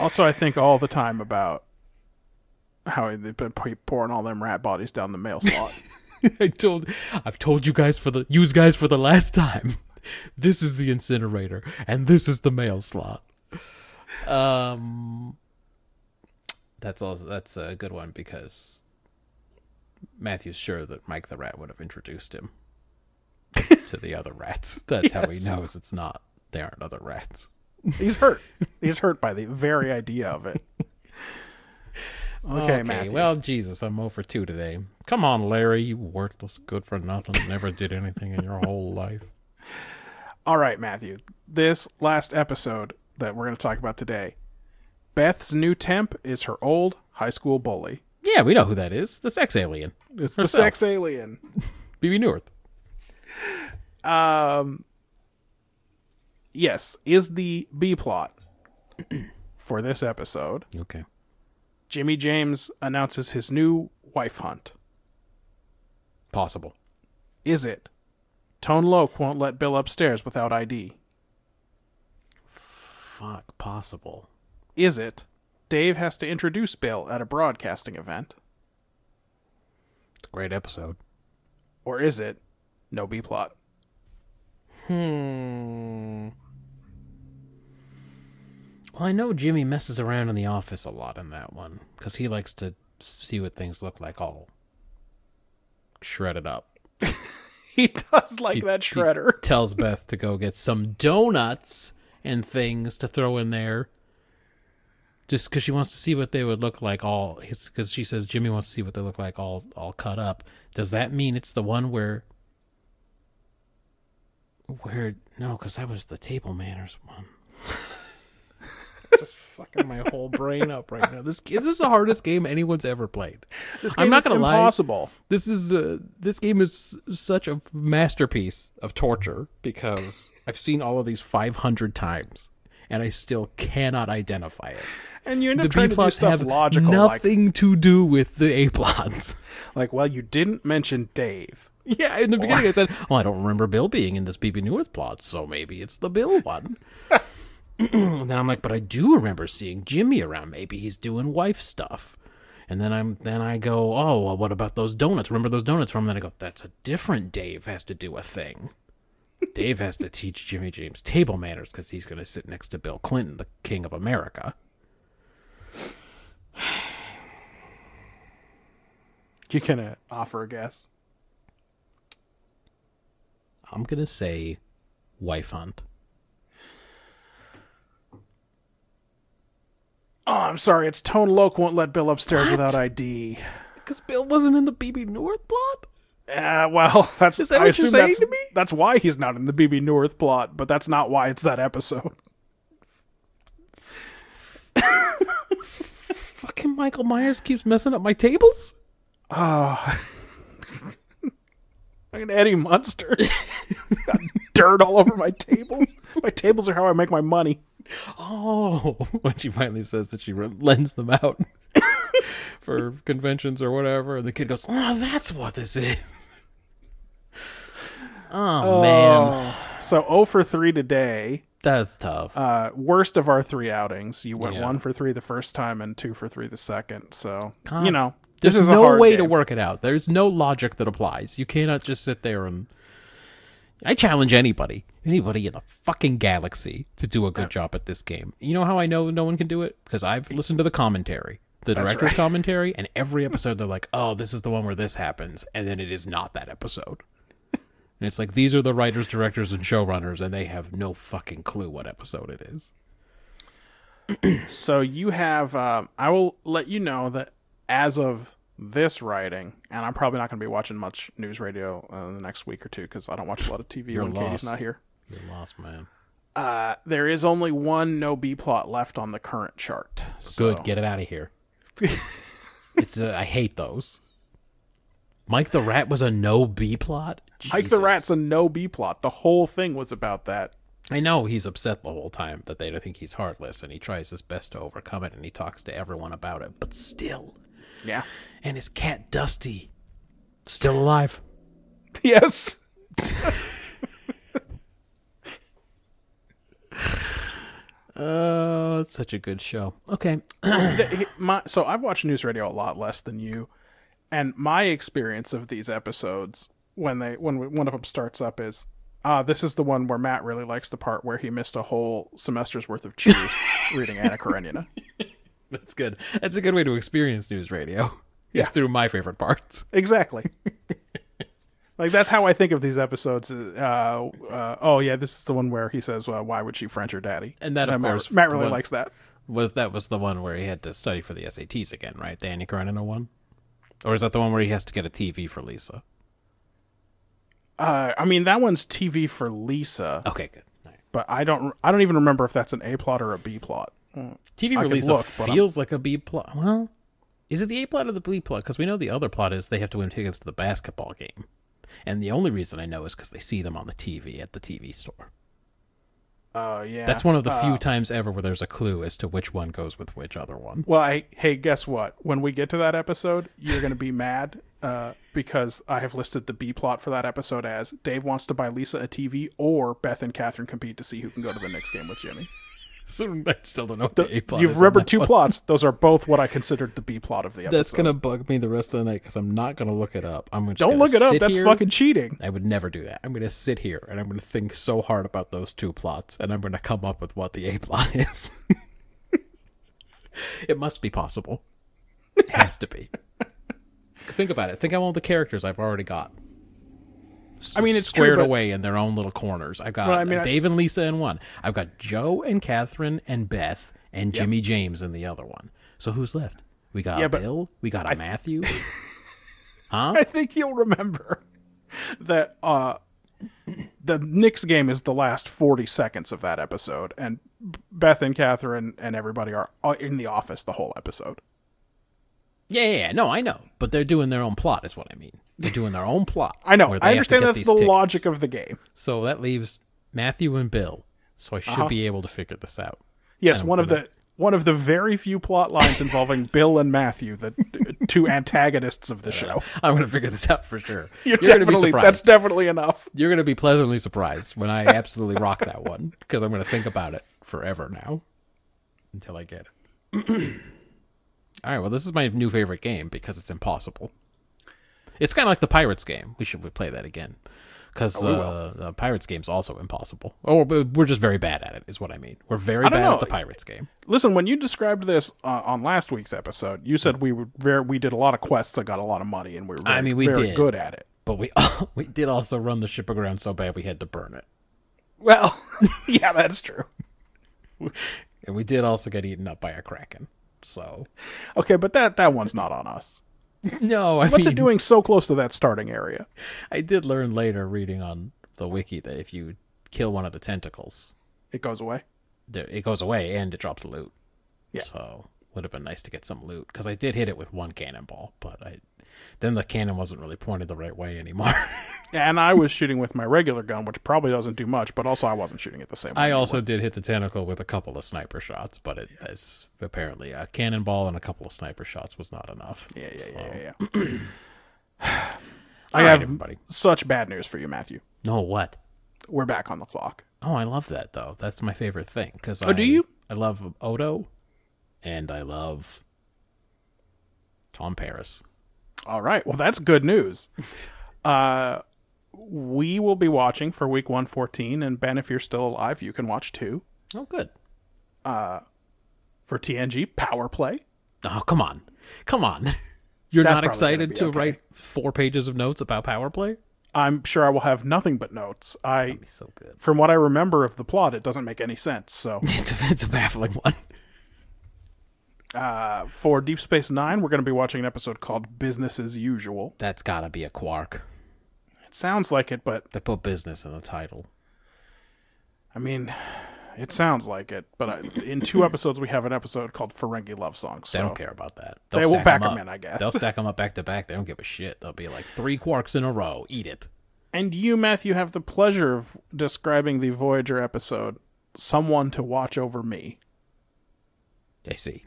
Speaker 2: also, I think all the time about how they've been p- pouring all them rat bodies down the [laughs] mail slot.
Speaker 1: [laughs] I told I've told you guys for the use guys for the last time. This is the incinerator and this is the mail slot. Um That's also that's a good one because Matthew's sure that Mike the rat would have introduced him to the other
Speaker 2: [laughs]
Speaker 1: rats. That's how he knows it's not they aren't other rats.
Speaker 2: He's hurt. He's hurt by the very idea of it. Okay, Matthew.
Speaker 1: well, Jesus, I'm 0 for 2 today. Come on, Larry, you worthless, good for nothing, never did anything in your whole life.
Speaker 2: All right, Matthew. This last episode that we're going to talk about today, Beth's new temp is her old high school bully.
Speaker 1: Yeah, we know who that is. The sex alien.
Speaker 2: It's the
Speaker 1: Herself.
Speaker 2: sex alien.
Speaker 1: BB Newirth.
Speaker 2: Um, Yes, is the B plot [clears throat] for this episode.
Speaker 1: Okay.
Speaker 2: Jimmy James announces his new wife hunt.
Speaker 1: Possible.
Speaker 2: Is it? Tone Loc won't let Bill upstairs without ID.
Speaker 1: Fuck, possible.
Speaker 2: Is it? Dave has to introduce Bill at a broadcasting event.
Speaker 1: It's a great episode.
Speaker 2: Or is it? No B plot.
Speaker 1: Hmm. Well, I know Jimmy messes around in the office a lot in that one because he likes to see what things look like all shredded up.
Speaker 2: [laughs] He does like
Speaker 1: He-
Speaker 2: that
Speaker 1: he
Speaker 2: shredder. [laughs]
Speaker 1: tells Beth to go get some donuts and things to throw in there just because she wants to see what they would look like all because she says Jimmy wants to see what they look like all all cut up. Does that mean it's the one where where no, because that was the table manners one. [laughs] Just fucking my whole brain up right now. This is this the hardest game anyone's ever played.
Speaker 2: This
Speaker 1: I'm
Speaker 2: game
Speaker 1: not
Speaker 2: is
Speaker 1: gonna lie.
Speaker 2: impossible.
Speaker 1: This is uh, this game is such a masterpiece of torture because I've seen all of these 500 times and I still cannot identify it.
Speaker 2: And you end up
Speaker 1: The
Speaker 2: trying
Speaker 1: B
Speaker 2: to do
Speaker 1: plots
Speaker 2: stuff
Speaker 1: have
Speaker 2: logical, like
Speaker 1: nothing to do with the A plots.
Speaker 2: like well, you didn't mention Dave.
Speaker 1: [laughs] yeah, in the beginning I said, "Well, I don't remember Bill being in this BB Newirth plot, so maybe it's the Bill [laughs] one." [clears throat] and then I'm like, "But I do remember seeing Jimmy around. Maybe he's doing wife stuff." And then I'm then I go, "Oh, well, what about those donuts? Remember those donuts from?" Then I go, "That's a different Dave has to do a thing." Dave has to teach Jimmy James table manners because he's going to sit next to Bill Clinton, the king of America.
Speaker 2: You can uh, offer a guess.
Speaker 1: I'm going to say wife [laughs] hunt.
Speaker 2: Oh, I'm sorry. It's Tone Loc won't let Bill upstairs without ID.
Speaker 1: Because Bill wasn't in the BB North plot?
Speaker 2: Uh, well, [laughs] that's
Speaker 1: Is that
Speaker 2: I
Speaker 1: what you're
Speaker 2: assume
Speaker 1: saying
Speaker 2: that's,
Speaker 1: to me?
Speaker 2: That's why he's not in the BB North plot, but that's not why it's that episode. [laughs]
Speaker 1: Fucking Michael Myers keeps messing up my tables?
Speaker 2: Oh. [laughs] Fucking
Speaker 1: [laughs]
Speaker 2: Eddie Munster. Got dirt all over my tables. My tables are how I make my money.
Speaker 1: Oh, [laughs] when she finally says that she re- lends them out [laughs] for conventions or whatever, and the kid goes, Oh, that's what this is. [laughs] Oh, man.
Speaker 2: So 0 for 3 today.
Speaker 1: That's tough.
Speaker 2: Uh, worst of our three outings. You went
Speaker 1: Yeah.
Speaker 2: 1 for 3 the first time and 2 for 3 the second. So,
Speaker 1: God,
Speaker 2: you know,
Speaker 1: There's
Speaker 2: this is a
Speaker 1: no
Speaker 2: hard
Speaker 1: way to
Speaker 2: game.
Speaker 1: work it out. There's no logic that applies. You cannot just sit there and. I challenge anybody, anybody in the fucking galaxy, to do a good job at this game. You know how I know no one can do it? Because I've listened to the commentary, the director's
Speaker 2: [laughs]
Speaker 1: commentary, and every episode they're like, oh, this is the one where this happens, and then it is not that episode. And it's like, these are the writers, directors, and showrunners, and they have no fucking clue what episode it is.
Speaker 2: So you have. Um, I will let you know that as of this writing, and I'm probably not going to be watching much news radio uh, in the next week or two because I don't watch a lot of TV when Katie's
Speaker 1: lost.
Speaker 2: not here.
Speaker 1: You're lost, man.
Speaker 2: Uh, there is only one no B plot left on the current chart. So
Speaker 1: Good, get it out of here. [laughs] it's uh, I hate those. Mike the Rat was a no B plot.
Speaker 2: Mike the
Speaker 1: Jesus.
Speaker 2: Rat's a no B plot. The whole thing was about that.
Speaker 1: I know he's upset the whole time that they think he's heartless, and he tries his best to overcome it, and he talks to everyone about it. But still,
Speaker 2: Yeah. [laughs]
Speaker 1: and his cat Dusty, still alive.
Speaker 2: Yes.
Speaker 1: Oh, it's such a good show. Okay, [clears throat]
Speaker 2: Th- my, so I've watched news radio a lot less than you, and my experience of these episodes when they when one of them starts up is, ah, this is the one where Matt really likes the part where he missed a whole semester's worth
Speaker 1: [laughs]
Speaker 2: of Cheers reading Anna Karenina.
Speaker 1: that's good. That's a good way to experience news radio.
Speaker 2: Yeah.
Speaker 1: It's through my favorite parts.
Speaker 2: Exactly. Like that's how I think of these episodes. Uh, uh, oh yeah, this is the one where he says, well, "Why would she French her daddy?"
Speaker 1: And that, of
Speaker 2: Matt,
Speaker 1: course,
Speaker 2: Matt
Speaker 1: the
Speaker 2: really
Speaker 1: one-
Speaker 2: likes that.
Speaker 1: Was that was the one where he had to study for the SATs again, right? The Annie Karenina one, or is that the one where he has to get a TV for Lisa?
Speaker 2: Uh, I mean, that one's TV for Lisa,
Speaker 1: Okay, good. All right.
Speaker 2: but I don't. I don't even remember if that's an A plot or a B plot.
Speaker 1: TV for
Speaker 2: I could
Speaker 1: Lisa
Speaker 2: look, but I'm-
Speaker 1: feels like a B plot. Well, is it the A plot or the B plot? Because we know the other plot is they have to win tickets to the basketball game, and the only reason I know is because they see them on the TV at the TV store.
Speaker 2: Oh yeah,
Speaker 1: That's one of the few times ever where there's a clue as to which one goes with which other one. [laughs]
Speaker 2: Well, I, hey, guess what? When we get to that episode, you're going to be [laughs] mad uh, because I have listed the B plot for that episode as Dave wants to buy Lisa a TV or Beth and Catherine compete to see who can go to the next game with Jimmy.
Speaker 1: So I still don't know what [laughs] the A plot
Speaker 2: You've
Speaker 1: is on
Speaker 2: remembered
Speaker 1: that
Speaker 2: two
Speaker 1: one.
Speaker 2: plots. Those are both what I considered the B plot of the episode.
Speaker 1: That's gonna bug me the rest of the night because I'm not gonna look it up. I'm just
Speaker 2: Don't
Speaker 1: gonna
Speaker 2: look it up.
Speaker 1: sit
Speaker 2: That's
Speaker 1: here.
Speaker 2: fucking cheating.
Speaker 1: I would never do that. I'm gonna sit here and I'm gonna think so hard about those two plots, and I'm gonna come up with what the A plot [laughs] is. it must be possible. It has to be. think about it. Think of all the characters I've already got.
Speaker 2: I mean, it's true,
Speaker 1: squared
Speaker 2: but-
Speaker 1: away in their own little corners. I've got
Speaker 2: Well, I mean,
Speaker 1: uh,
Speaker 2: I-
Speaker 1: Dave and Lisa in one. I've got Joe and Catherine and Beth and Jimmy James in the other one. So who's left? We got
Speaker 2: Yeah,
Speaker 1: a
Speaker 2: but
Speaker 1: Bill. We got a Matthew.
Speaker 2: [laughs] I think you'll remember that uh, the Knicks game is the last 40 seconds of that episode, and Beth and Catherine and everybody are uh, in the office the whole episode.
Speaker 1: Yeah, yeah, yeah. no, I know, but they're doing their own plot, is what I mean. They're doing their own plot.
Speaker 2: [laughs] I know.
Speaker 1: where they
Speaker 2: I
Speaker 1: have to
Speaker 2: understand
Speaker 1: get
Speaker 2: that's
Speaker 1: these
Speaker 2: the
Speaker 1: tickets.
Speaker 2: logic of the game.
Speaker 1: So that leaves Matthew and Bill. So I should
Speaker 2: Uh-huh.
Speaker 1: be able to figure this out. [laughs]
Speaker 2: Yes, one of the one of the very few plot lines involving [laughs] Bill and Matthew, the t- two antagonists of the show.
Speaker 1: I'm going to figure this out for sure.
Speaker 2: You're,
Speaker 1: gonna be
Speaker 2: definitely
Speaker 1: surprised.
Speaker 2: that's definitely enough.
Speaker 1: You're going to be pleasantly surprised when I absolutely rock that one because I'm going to think about it forever now until I get it. [clears throat] All right, well, this is my new favorite game because it's impossible. It's kind of like the Pirates game. We should we play that again because
Speaker 2: Oh,
Speaker 1: uh, the Pirates game's also impossible. Oh, but we're just very bad at it, is what I mean. We're very
Speaker 2: I
Speaker 1: bad
Speaker 2: don't know.
Speaker 1: at the Pirates game.
Speaker 2: Listen, when you described this uh, on last week's episode, you said we were very, we did a lot of quests that got a lot of money, and we were very,
Speaker 1: I mean, we
Speaker 2: very
Speaker 1: did.
Speaker 2: good at it.
Speaker 1: But we [laughs] we did also run the ship aground so bad we had to burn it,
Speaker 2: Well, [laughs] yeah, that's true.
Speaker 1: and we did also get eaten up by a kraken. So [laughs]
Speaker 2: Okay, but that that one's not on us.
Speaker 1: no, I [laughs]
Speaker 2: What's
Speaker 1: mean,
Speaker 2: it doing so close to that starting area?
Speaker 1: I did learn later reading on the wiki that if you kill one of the tentacles,
Speaker 2: It goes away.
Speaker 1: there, it goes away and it drops loot.
Speaker 2: Yeah.
Speaker 1: So would have been nice to get some loot because I did hit it with one cannonball, but I then the cannon wasn't really pointed the right way anymore. [laughs]
Speaker 2: And I was shooting with my regular gun, which probably doesn't do much, but also I wasn't shooting at the same.
Speaker 1: I also did hit the tentacle with a couple of sniper shots, but it, it's apparently a cannonball and a couple of sniper shots was not enough.
Speaker 2: Yeah, yeah,
Speaker 1: So-
Speaker 2: yeah, yeah, yeah.
Speaker 1: [clears throat]
Speaker 2: [sighs] I
Speaker 1: All right,
Speaker 2: have
Speaker 1: everybody.
Speaker 2: such bad news for you, Matthew.
Speaker 1: No, what?
Speaker 2: We're back on the clock.
Speaker 1: Oh, I love that though. That's my favorite thing. Cause
Speaker 2: Oh,
Speaker 1: I,
Speaker 2: do you?
Speaker 1: I love Odo, and I love Tom Paris.
Speaker 2: All right. Well, that's
Speaker 1: [laughs]
Speaker 2: good news. Uh, we will be watching for week 114, and Ben, if you're still alive, you can watch two
Speaker 1: Oh, good.
Speaker 2: for TNG Power Play.
Speaker 1: Oh, come on, come on. [laughs] You're
Speaker 2: That's
Speaker 1: not
Speaker 2: probably gonna
Speaker 1: excited
Speaker 2: be
Speaker 1: to
Speaker 2: okay.
Speaker 1: write four pages of notes about power play?
Speaker 2: I'm sure I will have nothing but notes. I,
Speaker 1: So good. [laughs]
Speaker 2: from what I remember of the plot, it doesn't make any sense. So,
Speaker 1: It's a, it's a baffling one.
Speaker 2: uh, for Deep Space Nine, we're going to be watching an episode called "Business as Usual."
Speaker 1: That's gotta be a quark.
Speaker 2: It sounds like it, but
Speaker 1: They put business in the title.
Speaker 2: I mean, it sounds like it, but I,
Speaker 1: [laughs]
Speaker 2: in two episodes we have an episode called Ferengi Love Songs.
Speaker 1: They
Speaker 2: So
Speaker 1: don't care about that. They'll
Speaker 2: They will
Speaker 1: stack 'em
Speaker 2: pack 'em
Speaker 1: up.
Speaker 2: in, I guess.
Speaker 1: They'll stack them up back to back. They don't give a shit. They'll be like three quarks in a row. Eat it.
Speaker 2: And you, Matthew, have the pleasure of describing the Voyager episode "Someone to Watch Over Me."
Speaker 1: They see.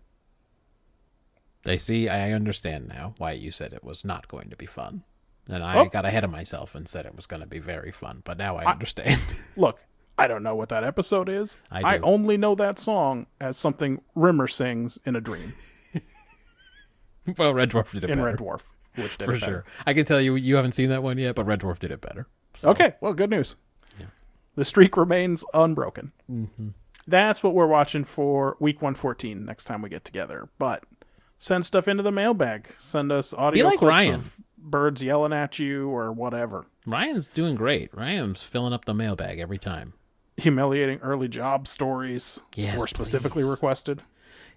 Speaker 1: They see. I understand now why you said it was not going to be fun. And I
Speaker 2: Oh.
Speaker 1: got ahead of myself and said it was going to be very fun, but now I understand. [laughs]
Speaker 2: Look, I don't know what that episode is.
Speaker 1: I do.
Speaker 2: only know that song as something Rimmer sings in a dream
Speaker 1: well, Red Dwarf did it
Speaker 2: in
Speaker 1: better.
Speaker 2: Red Dwarf, which did
Speaker 1: for
Speaker 2: it better.
Speaker 1: sure. I can tell you, you haven't seen that one yet, but Red Dwarf did it better. So,
Speaker 2: Okay, well, good news. The streak remains unbroken. That's what we're watching for week 114 next time we get together. But send stuff into the mailbag. Send us audio
Speaker 1: like
Speaker 2: clips
Speaker 1: Ryan.
Speaker 2: of birds yelling at you or whatever.
Speaker 1: Ryan's doing great. Ryan's filling up the mailbag every time.
Speaker 2: Humiliating early job stories
Speaker 1: Yes,
Speaker 2: were specifically
Speaker 1: please.
Speaker 2: requested.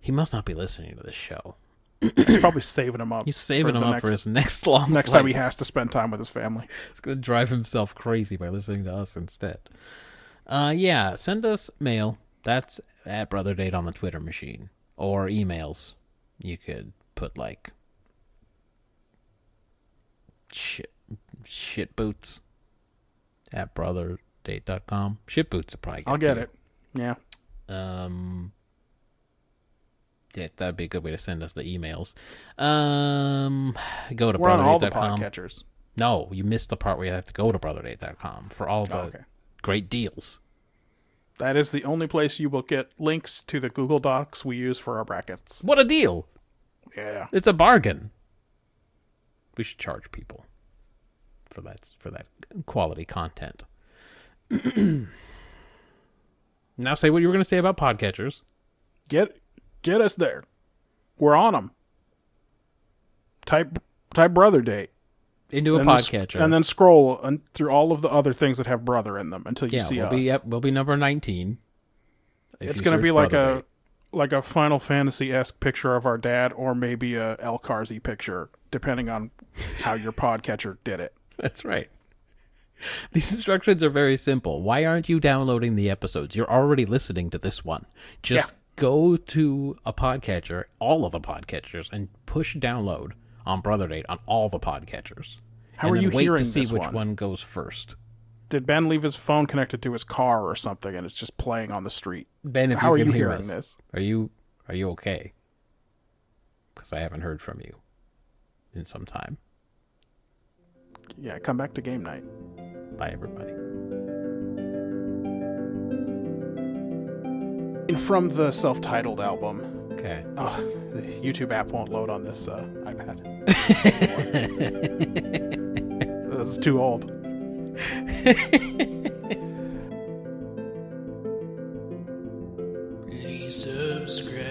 Speaker 1: He must not be listening to this show.
Speaker 2: He's probably saving him up.
Speaker 1: He's saving him
Speaker 2: the
Speaker 1: up
Speaker 2: next,
Speaker 1: for his next [laughs] long
Speaker 2: next
Speaker 1: flight.
Speaker 2: time he has to spend time with his family.
Speaker 1: He's going to drive himself crazy by listening to us instead. Uh, yeah, send us mail. That's at Brother Date on the Twitter machine. Or emails. You could put like shit, shit boots at brotherdate.com. Shit boots will probably get
Speaker 2: I'll get
Speaker 1: to you.
Speaker 2: it. Yeah.
Speaker 1: Um, yeah, that'd be a good way to send us the emails. Um, go to
Speaker 2: We're on all the
Speaker 1: brotherdate.com.
Speaker 2: podcatchers.
Speaker 1: No, you missed the part where you have to go to brotherdate.com for all the
Speaker 2: Oh, okay.
Speaker 1: great deals.
Speaker 2: That is the only place you will get links to the Google Docs we use for our brackets.
Speaker 1: What a deal!
Speaker 2: Yeah.
Speaker 1: It's a bargain. We should charge people for that for that quality content. [clears throat] now say what you were going to say about podcatchers.
Speaker 2: Get get us there. We're on them. Type type brother date.
Speaker 1: Into a
Speaker 2: and then sc-
Speaker 1: podcatcher,
Speaker 2: and then scroll un- through all of the other things that have brother in them until you
Speaker 1: yeah,
Speaker 2: see
Speaker 1: we'll
Speaker 2: us.
Speaker 1: be yep, we'll be number nineteen. If
Speaker 2: it's
Speaker 1: you
Speaker 2: going to
Speaker 1: search
Speaker 2: be like
Speaker 1: Brother
Speaker 2: a
Speaker 1: Date.
Speaker 2: like a Final Fantasy esque picture of our dad, or maybe a El Karzi picture, depending on how your [laughs] podcatcher did it.
Speaker 1: [laughs] That's right. These instructions are very simple. Why aren't you downloading the episodes? You're already listening to this one. Just
Speaker 2: Yeah.
Speaker 1: go to a podcatcher, all of the podcatchers, and push download on Brother Date on all the podcatchers.
Speaker 2: How
Speaker 1: and
Speaker 2: are
Speaker 1: then
Speaker 2: you
Speaker 1: wait
Speaker 2: hearing
Speaker 1: to see
Speaker 2: this
Speaker 1: which
Speaker 2: one?
Speaker 1: goes first.
Speaker 2: Did Ben leave his phone connected to his car or something, and it's just playing on the street?
Speaker 1: Ben, if
Speaker 2: How are
Speaker 1: you can
Speaker 2: you
Speaker 1: hear
Speaker 2: hearing
Speaker 1: us,
Speaker 2: this?
Speaker 1: are you are you okay? Because I haven't heard from you in some time.
Speaker 2: Yeah, come back to game night.
Speaker 1: Bye, everybody.
Speaker 2: And from the self-titled album,
Speaker 1: Okay.
Speaker 2: oh, the YouTube app won't load on this uh, iPad. this is too old.
Speaker 6: Please subscribe.